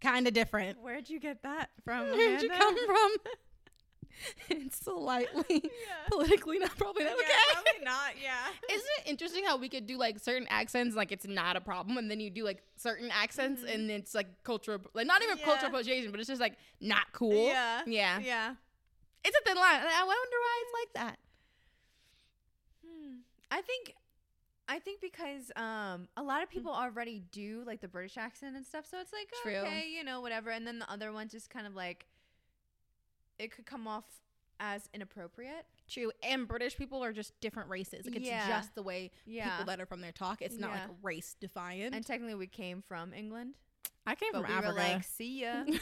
Speaker 1: Kind of different.
Speaker 2: where'd you get that from?
Speaker 1: Where'd you
Speaker 2: Amanda?"
Speaker 1: come from? it's slightly
Speaker 2: Yeah.
Speaker 1: politically not probably not
Speaker 2: Yeah,
Speaker 1: okay.
Speaker 2: probably not. Yeah.
Speaker 1: Isn't it interesting how we could do like certain accents, like it's not a problem, and then you do like certain accents,
Speaker 2: Mhm.
Speaker 1: and it's like cultural, like not even
Speaker 2: Yeah.
Speaker 1: cultural appropriation, but it's just like not cool.
Speaker 2: Yeah.
Speaker 1: yeah,
Speaker 2: Yeah.
Speaker 1: it's a thin line. and I wonder why it's like that.
Speaker 2: Hmm. I think I think because um a lot of
Speaker 1: Hmm.
Speaker 2: people already do like the British accent and stuff, so it's like
Speaker 1: True.
Speaker 2: okay, you know, whatever. And then the other one just kind of like it could come off as inappropriate.
Speaker 1: True, and British people are just different races. Like it's
Speaker 2: Yeah.
Speaker 1: just the way
Speaker 2: Yeah.
Speaker 1: people that are from their talk. It's not
Speaker 2: Yeah.
Speaker 1: like race defiant.
Speaker 2: and technically we came from England.
Speaker 1: I came
Speaker 2: But we were like, see ya.
Speaker 1: but if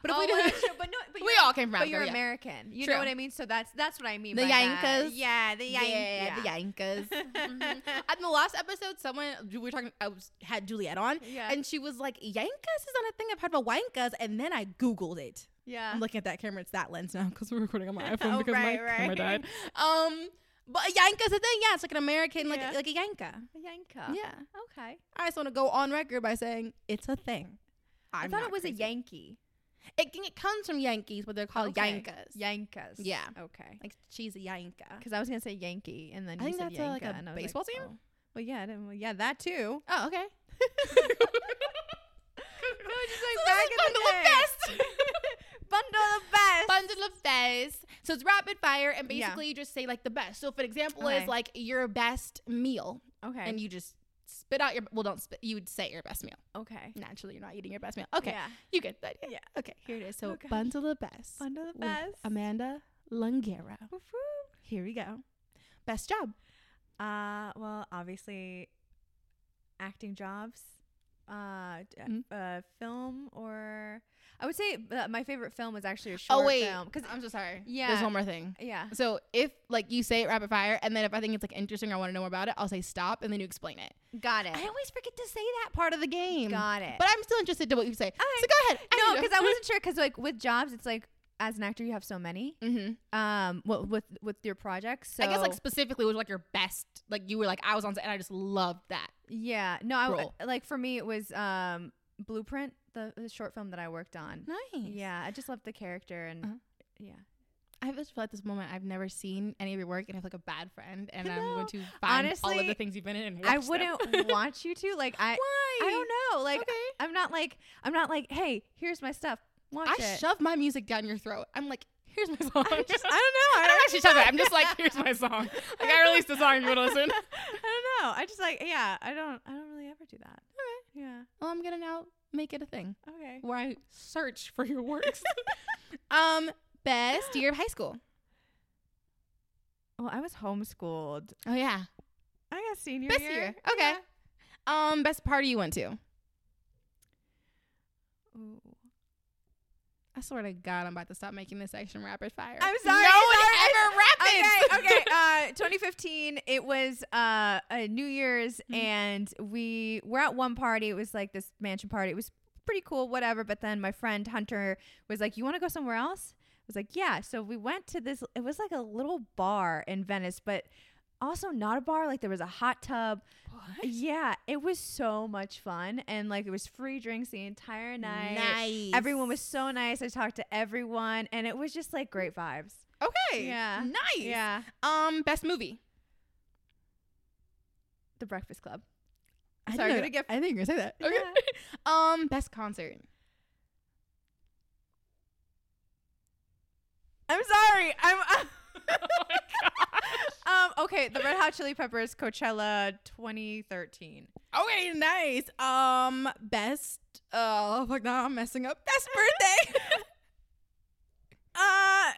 Speaker 2: Oh,
Speaker 1: we
Speaker 2: well,
Speaker 1: do,
Speaker 2: that's true, but no, but
Speaker 1: we
Speaker 2: you're,
Speaker 1: all came from
Speaker 2: but you're
Speaker 1: Africa. yeah.
Speaker 2: American. You
Speaker 1: True.
Speaker 2: know what I mean? So that's that's what I mean.
Speaker 1: The
Speaker 2: by that.
Speaker 1: Yankas?
Speaker 2: Yeah, the Yankas.
Speaker 1: yeah, the Yankas. Mhm. In the last episode, someone we were talking. I was, had Juliet on,
Speaker 2: Yeah.
Speaker 1: And she was like, Yankas is not a thing I've heard of Wankas. And then I Googled it.
Speaker 2: yeah.
Speaker 1: I'm looking at that camera. It's that lens now because we're recording on my iPhone
Speaker 2: Uh. Oh,
Speaker 1: because
Speaker 2: right,
Speaker 1: my
Speaker 2: right.
Speaker 1: camera died. Um, but a Yanka's a thing. Yeah, it's like an American, like,
Speaker 2: Yeah. Ah.
Speaker 1: like a Yanka.
Speaker 2: The Yanka.
Speaker 1: Yeah.
Speaker 2: Okay.
Speaker 1: I just want to go on record by saying it's a thing.
Speaker 2: i
Speaker 1: I'm
Speaker 2: thought
Speaker 1: not
Speaker 2: it was
Speaker 1: crazy.
Speaker 2: a Yankee.
Speaker 1: It, can- it comes from Yankees, but they're called
Speaker 2: Okay.
Speaker 1: Yankas.
Speaker 2: Yankas.
Speaker 1: Yeah.
Speaker 2: Okay.
Speaker 1: Like she's a Yanka.
Speaker 2: Because I was gonna say Yankee, and then
Speaker 1: I
Speaker 2: you
Speaker 1: think
Speaker 2: said
Speaker 1: that's a, like
Speaker 2: Yanka,
Speaker 1: a
Speaker 2: and I was
Speaker 1: baseball team.
Speaker 2: oh. Well, yeah, I didn't- well, yeah, that too.
Speaker 1: Oh, okay.
Speaker 2: So it's just like
Speaker 1: So this
Speaker 2: back
Speaker 1: is
Speaker 2: in the day.
Speaker 1: bundle of best.
Speaker 2: Bundle of best.
Speaker 1: bundle of best. So it's rapid fire, and
Speaker 2: Yeah.
Speaker 1: basically you just say like the best. So, for example,
Speaker 2: Okay.
Speaker 1: is like your best meal,
Speaker 2: okay.
Speaker 1: and you just spit out your well, don't spit. You would say your best meal.
Speaker 2: okay.
Speaker 1: Naturally, you're not eating your best meal. Okay,
Speaker 2: Yeah.
Speaker 1: you get that.
Speaker 2: Yeah.
Speaker 1: Okay, here it is. So
Speaker 2: Okay.
Speaker 1: bundle of best.
Speaker 2: Bundle of
Speaker 1: with
Speaker 2: best.
Speaker 1: Amanda Lungera.
Speaker 2: Woof, woof.
Speaker 1: Here we go. Best job.
Speaker 2: Uh, well, obviously, acting jobs, uh, d-
Speaker 1: Mhm.
Speaker 2: uh, film, or I would say uh, my favorite film was actually a short
Speaker 1: Oh, wait.
Speaker 2: film because
Speaker 1: I'm so sorry. Yeah. There's
Speaker 2: Yeah.
Speaker 1: one more thing.
Speaker 2: yeah,
Speaker 1: So if like you say it rapid fire, and then if I think it's like interesting or I want to know more about it, I'll say stop, and then you explain it.
Speaker 2: got it,
Speaker 1: I always forget to say that part of the game.
Speaker 2: got it.
Speaker 1: But I'm still interested to what you say.
Speaker 2: I-
Speaker 1: So go ahead.
Speaker 2: no, because I wasn't sure. Because like with jobs, it's like as an actor, you have so many.
Speaker 1: Mm-hmm.
Speaker 2: Um, with with, with your projects. So
Speaker 1: I guess like specifically was like your best. Like you were like I was on set and I just loved that.
Speaker 2: yeah, no, I w-
Speaker 1: role.
Speaker 2: like for me it was um Blueprint, the, the short film that I worked on.
Speaker 1: Nice. Yeah.
Speaker 2: Yeah, I just loved the character and
Speaker 1: Uh-huh.
Speaker 2: yeah.
Speaker 1: I just feel at this moment I've never seen any of your work and I feel like a bad friend and I'm
Speaker 2: No.
Speaker 1: going to find all of
Speaker 2: Honestly,
Speaker 1: the things you've been in and watch
Speaker 2: I
Speaker 1: them.
Speaker 2: wouldn't want you to like I
Speaker 1: Why?
Speaker 2: I don't know like
Speaker 1: Okay.
Speaker 2: I'm not like I'm not like hey here's my stuff watch
Speaker 1: I
Speaker 2: it.
Speaker 1: shove my music down your throat. I'm like, here's my song.
Speaker 2: I, just, I don't know.
Speaker 1: I don't actually shove it. I'm just like, here's my song. Like I released a song. You want to listen?
Speaker 2: I don't know. I just like yeah. I don't. I don't really ever do that. Okay. Yeah.
Speaker 1: Well, I'm gonna now make it a thing
Speaker 2: Okay.
Speaker 1: where I search for your works. um, best year of high school.
Speaker 2: Well, I was homeschooled.
Speaker 1: Oh yeah.
Speaker 2: I got senior
Speaker 1: Best
Speaker 2: year.
Speaker 1: year. Okay. Um, best party you went to.
Speaker 2: Yeah. Ooh.
Speaker 1: I swear to God, I'm about to stop making this section rapid fire.
Speaker 2: I'm sorry,
Speaker 1: No one
Speaker 2: sorry,
Speaker 1: ever rapids.
Speaker 2: Okay. Okay. Uh, 2015. It was uh, a New Year's,
Speaker 1: Mhm.
Speaker 2: and we were at one party. It was like this mansion party. It was pretty cool, whatever. But then my friend Hunter was like, "You want to go somewhere else?" I was like, "Yeah." So we went to this. It was like a little bar in Venice, but also not a bar. Like there was a hot tub. Yeah, it was so much fun, and like it was free drinks the entire night.
Speaker 1: Nice.
Speaker 2: Everyone was so nice. I talked to everyone, and it was just like great vibes.
Speaker 1: okay.
Speaker 2: Yeah.
Speaker 1: Nice.
Speaker 2: Yeah,
Speaker 1: Um, best movie.
Speaker 2: The Breakfast Club.
Speaker 1: I didn't
Speaker 2: Sorry,
Speaker 1: know
Speaker 2: good
Speaker 1: that-
Speaker 2: to get-
Speaker 1: I think you're gonna say that. Okay.
Speaker 2: Yeah.
Speaker 1: Um, best concert.
Speaker 2: I'm sorry. I'm.
Speaker 1: Oh my
Speaker 2: um. Okay. The Red Hot Chili Peppers Coachella 2013.
Speaker 1: Okay, nice. Um, best. Oh fuck! Now I'm messing up. Best birthday
Speaker 2: Uh,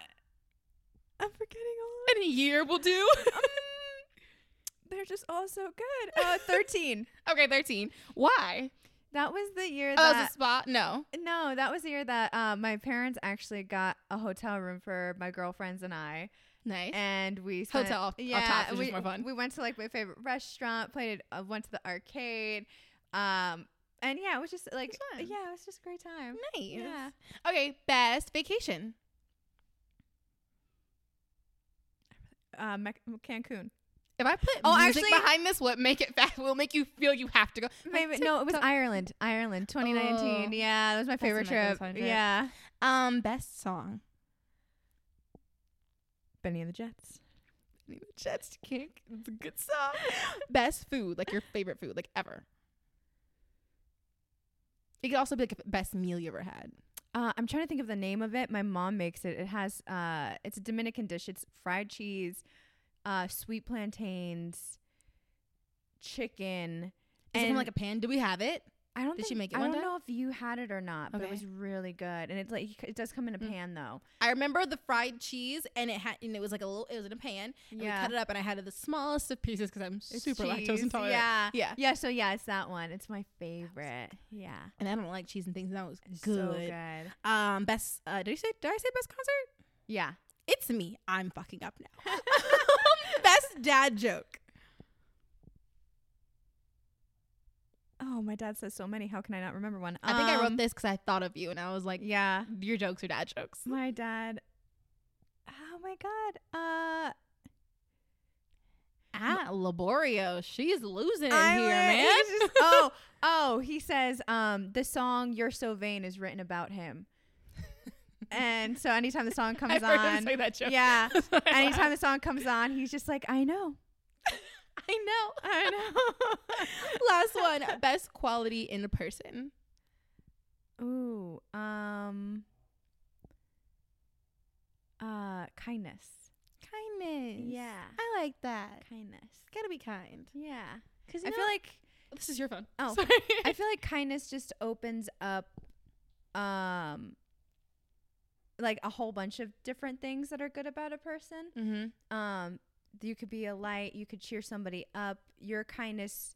Speaker 2: I'm forgetting all. Of
Speaker 1: in a year will do.
Speaker 2: um, they're just all so good. Uh, 13.
Speaker 1: okay, thirteen. Why?
Speaker 2: That was the year
Speaker 1: Oh, that was
Speaker 2: that.
Speaker 1: a spot. No.
Speaker 2: No, that was the year that uh, my parents actually got a hotel room for my girlfriends and I,
Speaker 1: Nice.
Speaker 2: and we
Speaker 1: Hotel off- off top, which
Speaker 2: we,
Speaker 1: is more fun.
Speaker 2: We went to like my favorite restaurant, played uh, went to the arcade, um, and yeah, it was just like
Speaker 1: fun.
Speaker 2: yeah, it was just a great time.
Speaker 1: nice.
Speaker 2: Yeah.
Speaker 1: Okay, best vacation.
Speaker 2: Uh, Mec- Cancun.
Speaker 1: If I put
Speaker 2: Oh,
Speaker 1: music
Speaker 2: actually-
Speaker 1: behind this, will it make it fast? Will it make you feel you have to go?
Speaker 2: Maybe no, it was
Speaker 1: TikTok.
Speaker 2: Ireland. Ireland, 2019.
Speaker 1: Oh.
Speaker 2: yeah, that was my
Speaker 1: That's when
Speaker 2: favorite
Speaker 1: I go to
Speaker 2: trip.
Speaker 1: Ireland.
Speaker 2: Yeah,
Speaker 1: Um, best song.
Speaker 2: Benny and the Jets.
Speaker 1: Jets kick. It's a good song. best food, like your favorite food, like ever. It could also be like a best meal you ever had.
Speaker 2: Uh, I'm trying to think of the name of it. My mom makes it. It has. Uh, it's a Dominican dish. It's fried cheese, uh, sweet plantains, chicken.
Speaker 1: Is it kind
Speaker 2: and
Speaker 1: of like a pan? Do we have it?
Speaker 2: I don't
Speaker 1: did she
Speaker 2: think-
Speaker 1: make it
Speaker 2: I
Speaker 1: one
Speaker 2: don't
Speaker 1: time?
Speaker 2: know if you had it or not, but it
Speaker 1: Okay.
Speaker 2: was really good. And it's like it does come in a
Speaker 1: Mm.
Speaker 2: pan though.
Speaker 1: I remember the fried cheese, and it had, and it was like a little. It was in a pan. And We cut it up, and I had the smallest of pieces because I'm
Speaker 2: It's
Speaker 1: super lactose
Speaker 2: cheese.
Speaker 1: intolerant.
Speaker 2: Yeah.
Speaker 1: yeah.
Speaker 2: Yeah, so yeah, it's that one. It's my favorite. Yeah.
Speaker 1: And I don't like cheese and things, and that was
Speaker 2: It's
Speaker 1: good.
Speaker 2: So good.
Speaker 1: Um, best. Uh, did I say? Did I say best concert?
Speaker 2: Yeah.
Speaker 1: It's me. I'm fucking up now. Best dad joke.
Speaker 2: Oh, my dad says so many. How can I not remember one?
Speaker 1: I think I
Speaker 2: Um,
Speaker 1: wrote this because I thought of you, and I was like,
Speaker 2: Yeah.
Speaker 1: "Your jokes are dad jokes."
Speaker 2: My dad. Oh my god. Uh
Speaker 1: At Laborio, she's losing
Speaker 2: I'm
Speaker 1: here,
Speaker 2: like-
Speaker 1: man.
Speaker 2: he's just- oh, oh, he says um the song You're So Vain is written about him. And so anytime the song comes
Speaker 1: I've heard him
Speaker 2: on,
Speaker 1: say that joke.
Speaker 2: yeah.
Speaker 1: That's why I
Speaker 2: Anytime
Speaker 1: laughed.
Speaker 2: the song comes on, he's just like, I know.
Speaker 1: I know.
Speaker 2: I
Speaker 1: Last one. Best quality in a person.
Speaker 2: know. Ooh, um uh kindness.
Speaker 1: Kindness.
Speaker 2: Yeah.
Speaker 1: I like that.
Speaker 2: Kindness.
Speaker 1: Gotta be kind.
Speaker 2: Yeah.
Speaker 1: Cause
Speaker 2: I feel like
Speaker 1: like this is your phone.
Speaker 2: Oh.
Speaker 1: Sorry.
Speaker 2: I feel like kindness just opens up um like a whole bunch of different things that are good about a person.
Speaker 1: mm-hmm.
Speaker 2: Um you could be a light, you could cheer somebody up. Your kindness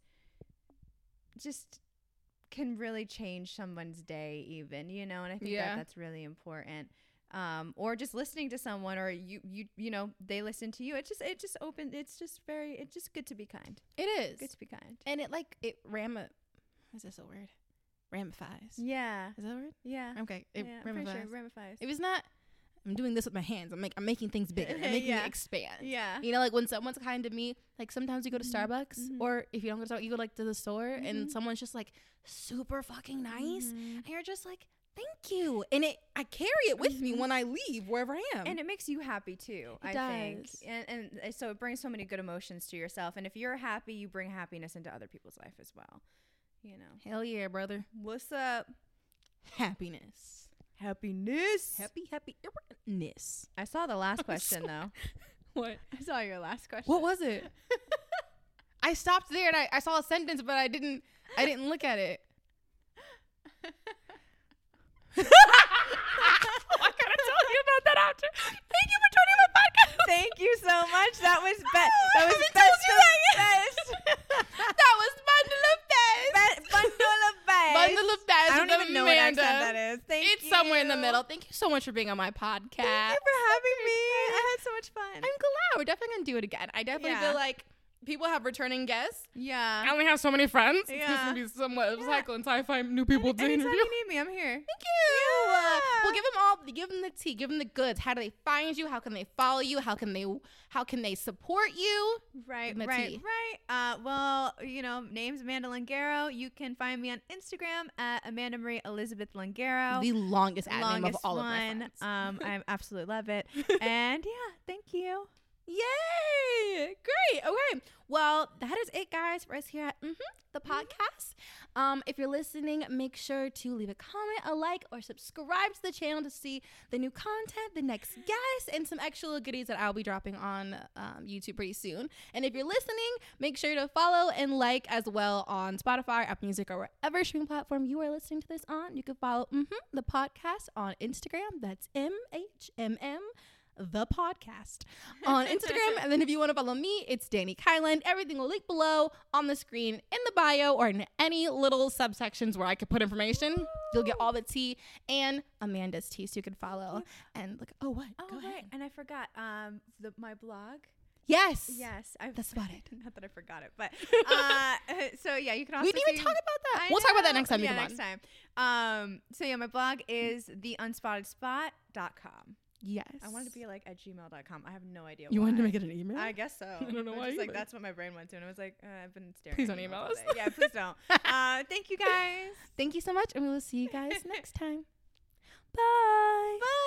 Speaker 2: just can really change someone's day even, you know, and I think
Speaker 1: Yeah.
Speaker 2: that that's really important. Um or just listening to someone or you you you know, they listen to you. It just it just open it's just very it's just good to be kind.
Speaker 1: It is.
Speaker 2: Good to be kind.
Speaker 1: and it like it ram. Is this a word? Ramifies.
Speaker 2: Yeah.
Speaker 1: Is that a word?
Speaker 2: Yeah.
Speaker 1: Okay. It
Speaker 2: yeah, I'm pretty
Speaker 1: ramifies.
Speaker 2: sure it ramifies.
Speaker 1: It was not. I'm doing this with my hands. I'm like I'm making things bigger. I'm making
Speaker 2: Yeah.
Speaker 1: it expand.
Speaker 2: Yeah.
Speaker 1: You know, like when someone's kind to me, like sometimes you go to
Speaker 2: Mhm.
Speaker 1: Starbucks,
Speaker 2: Mhm.
Speaker 1: or if you don't go to Starbucks, you go like to the store,
Speaker 2: Mhm.
Speaker 1: and someone's just like super fucking nice,
Speaker 2: Mm-hmm.
Speaker 1: and you're just like, thank you, and it I carry it with me
Speaker 2: Mhm.
Speaker 1: when I leave wherever I am.
Speaker 2: And it makes you happy too, I
Speaker 1: It
Speaker 2: think.
Speaker 1: does.
Speaker 2: And, and uh, so it brings so many good emotions to yourself. And if you're happy, you bring happiness into other people's life as well. You know.
Speaker 1: Hell yeah, brother!
Speaker 2: What's up?
Speaker 1: Happiness,
Speaker 2: Happiness.
Speaker 1: happy, happiness.
Speaker 2: I saw the last
Speaker 1: I'm
Speaker 2: question though.
Speaker 1: What?
Speaker 2: I saw your last question.
Speaker 1: What was it? I stopped there and I, I saw a sentence, but I didn't I didn't look at it. I gotta tell you about that after. Thank you for joining my podcast.
Speaker 2: Thank you so much. That was be- that
Speaker 1: I
Speaker 2: was
Speaker 1: haven't
Speaker 2: best
Speaker 1: told you that
Speaker 2: of best.
Speaker 1: that was bundle of best.
Speaker 2: Be- bundle of best.
Speaker 1: Bundle of best.
Speaker 2: I don't
Speaker 1: with
Speaker 2: even know what
Speaker 1: Amanda.
Speaker 2: accent that is. Thank
Speaker 1: It's somewhere in the
Speaker 2: you.
Speaker 1: middle. Thank you so much for being on my podcast.
Speaker 2: Ah. Thank you for having me. I had so much fun.
Speaker 1: I'm glad we're definitely gonna do it again. I definitely
Speaker 2: Yeah.
Speaker 1: feel like people have returning guests.
Speaker 2: yeah.
Speaker 1: I only have so many friends. It's just
Speaker 2: Yeah.
Speaker 1: gonna be somewhat of a
Speaker 2: Yeah.
Speaker 1: cycle until I find new people to
Speaker 2: Anytime
Speaker 1: interview.
Speaker 2: you need me, I'm here.
Speaker 1: Thank you.
Speaker 2: Yeah.
Speaker 1: Well, give them all. Give them the tea. Give them the goods. How do they find you? How can they follow you? How can they how can they support you?
Speaker 2: Right,
Speaker 1: Give 'em a
Speaker 2: right,
Speaker 1: tea.
Speaker 2: right. Uh, well, you know, name's Amanda Langaro. You can find me on Instagram at Amanda Marie Elizabeth Langaro.
Speaker 1: The longest ad name of
Speaker 2: Longest
Speaker 1: all of my
Speaker 2: one.
Speaker 1: friends.
Speaker 2: um, I absolutely love it. and yeah, thank you.
Speaker 1: Yay! Great. Okay. Well, that is it, guys, for us here at mhm, the podcast. Um, if you're listening, make sure to leave a comment, a like, or subscribe to the channel to see the new content, the next guest, and some extra goodies that I'll be dropping on um, YouTube pretty soon. And if you're listening, make sure to follow and like as well on Spotify, Apple Music, or wherever streaming platform you are listening to this on. You can follow mhm, the podcast on Instagram. That's M H M M the podcast on Instagram. and then if you want to follow me, it's Danny Kyland. Everything will link below on the screen in the bio or in any little subsections where I could put information. You'll get all the tea and Amanda's tea so you can follow and look. Oh, what?
Speaker 2: Oh
Speaker 1: Go
Speaker 2: right,
Speaker 1: ahead.
Speaker 2: and I forgot um the, my blog.
Speaker 1: Yes.
Speaker 2: Yes, I
Speaker 1: That's about it.
Speaker 2: Not that I forgot it, but uh, so yeah, you can also
Speaker 1: We didn't even
Speaker 2: see-
Speaker 1: talk about that.
Speaker 2: I
Speaker 1: we'll talk about that
Speaker 2: know.
Speaker 1: next time you
Speaker 2: Yeah,
Speaker 1: come on.
Speaker 2: next time. Um, so yeah, my blog is theUnspottedSpot.com.
Speaker 1: Yes.
Speaker 2: I wanted to be like at gmail.com. I have no idea.
Speaker 1: You wanted to
Speaker 2: why.
Speaker 1: make it an email?
Speaker 2: I guess so.
Speaker 1: I don't know
Speaker 2: It's
Speaker 1: why
Speaker 2: just, like
Speaker 1: either.
Speaker 2: that's what my brain went to, and I was like, uh, I've been staring.
Speaker 1: Please
Speaker 2: at
Speaker 1: don't
Speaker 2: email all
Speaker 1: email us.
Speaker 2: day. yeah, please don't. Uh, thank you guys.
Speaker 1: Thank you so much, and we will see you guys next time. Bye. Bye.
Speaker 2: Mm-hmm.
Speaker 1: Mm-hmm.
Speaker 2: Mm-hmm.
Speaker 1: Mm-hmm.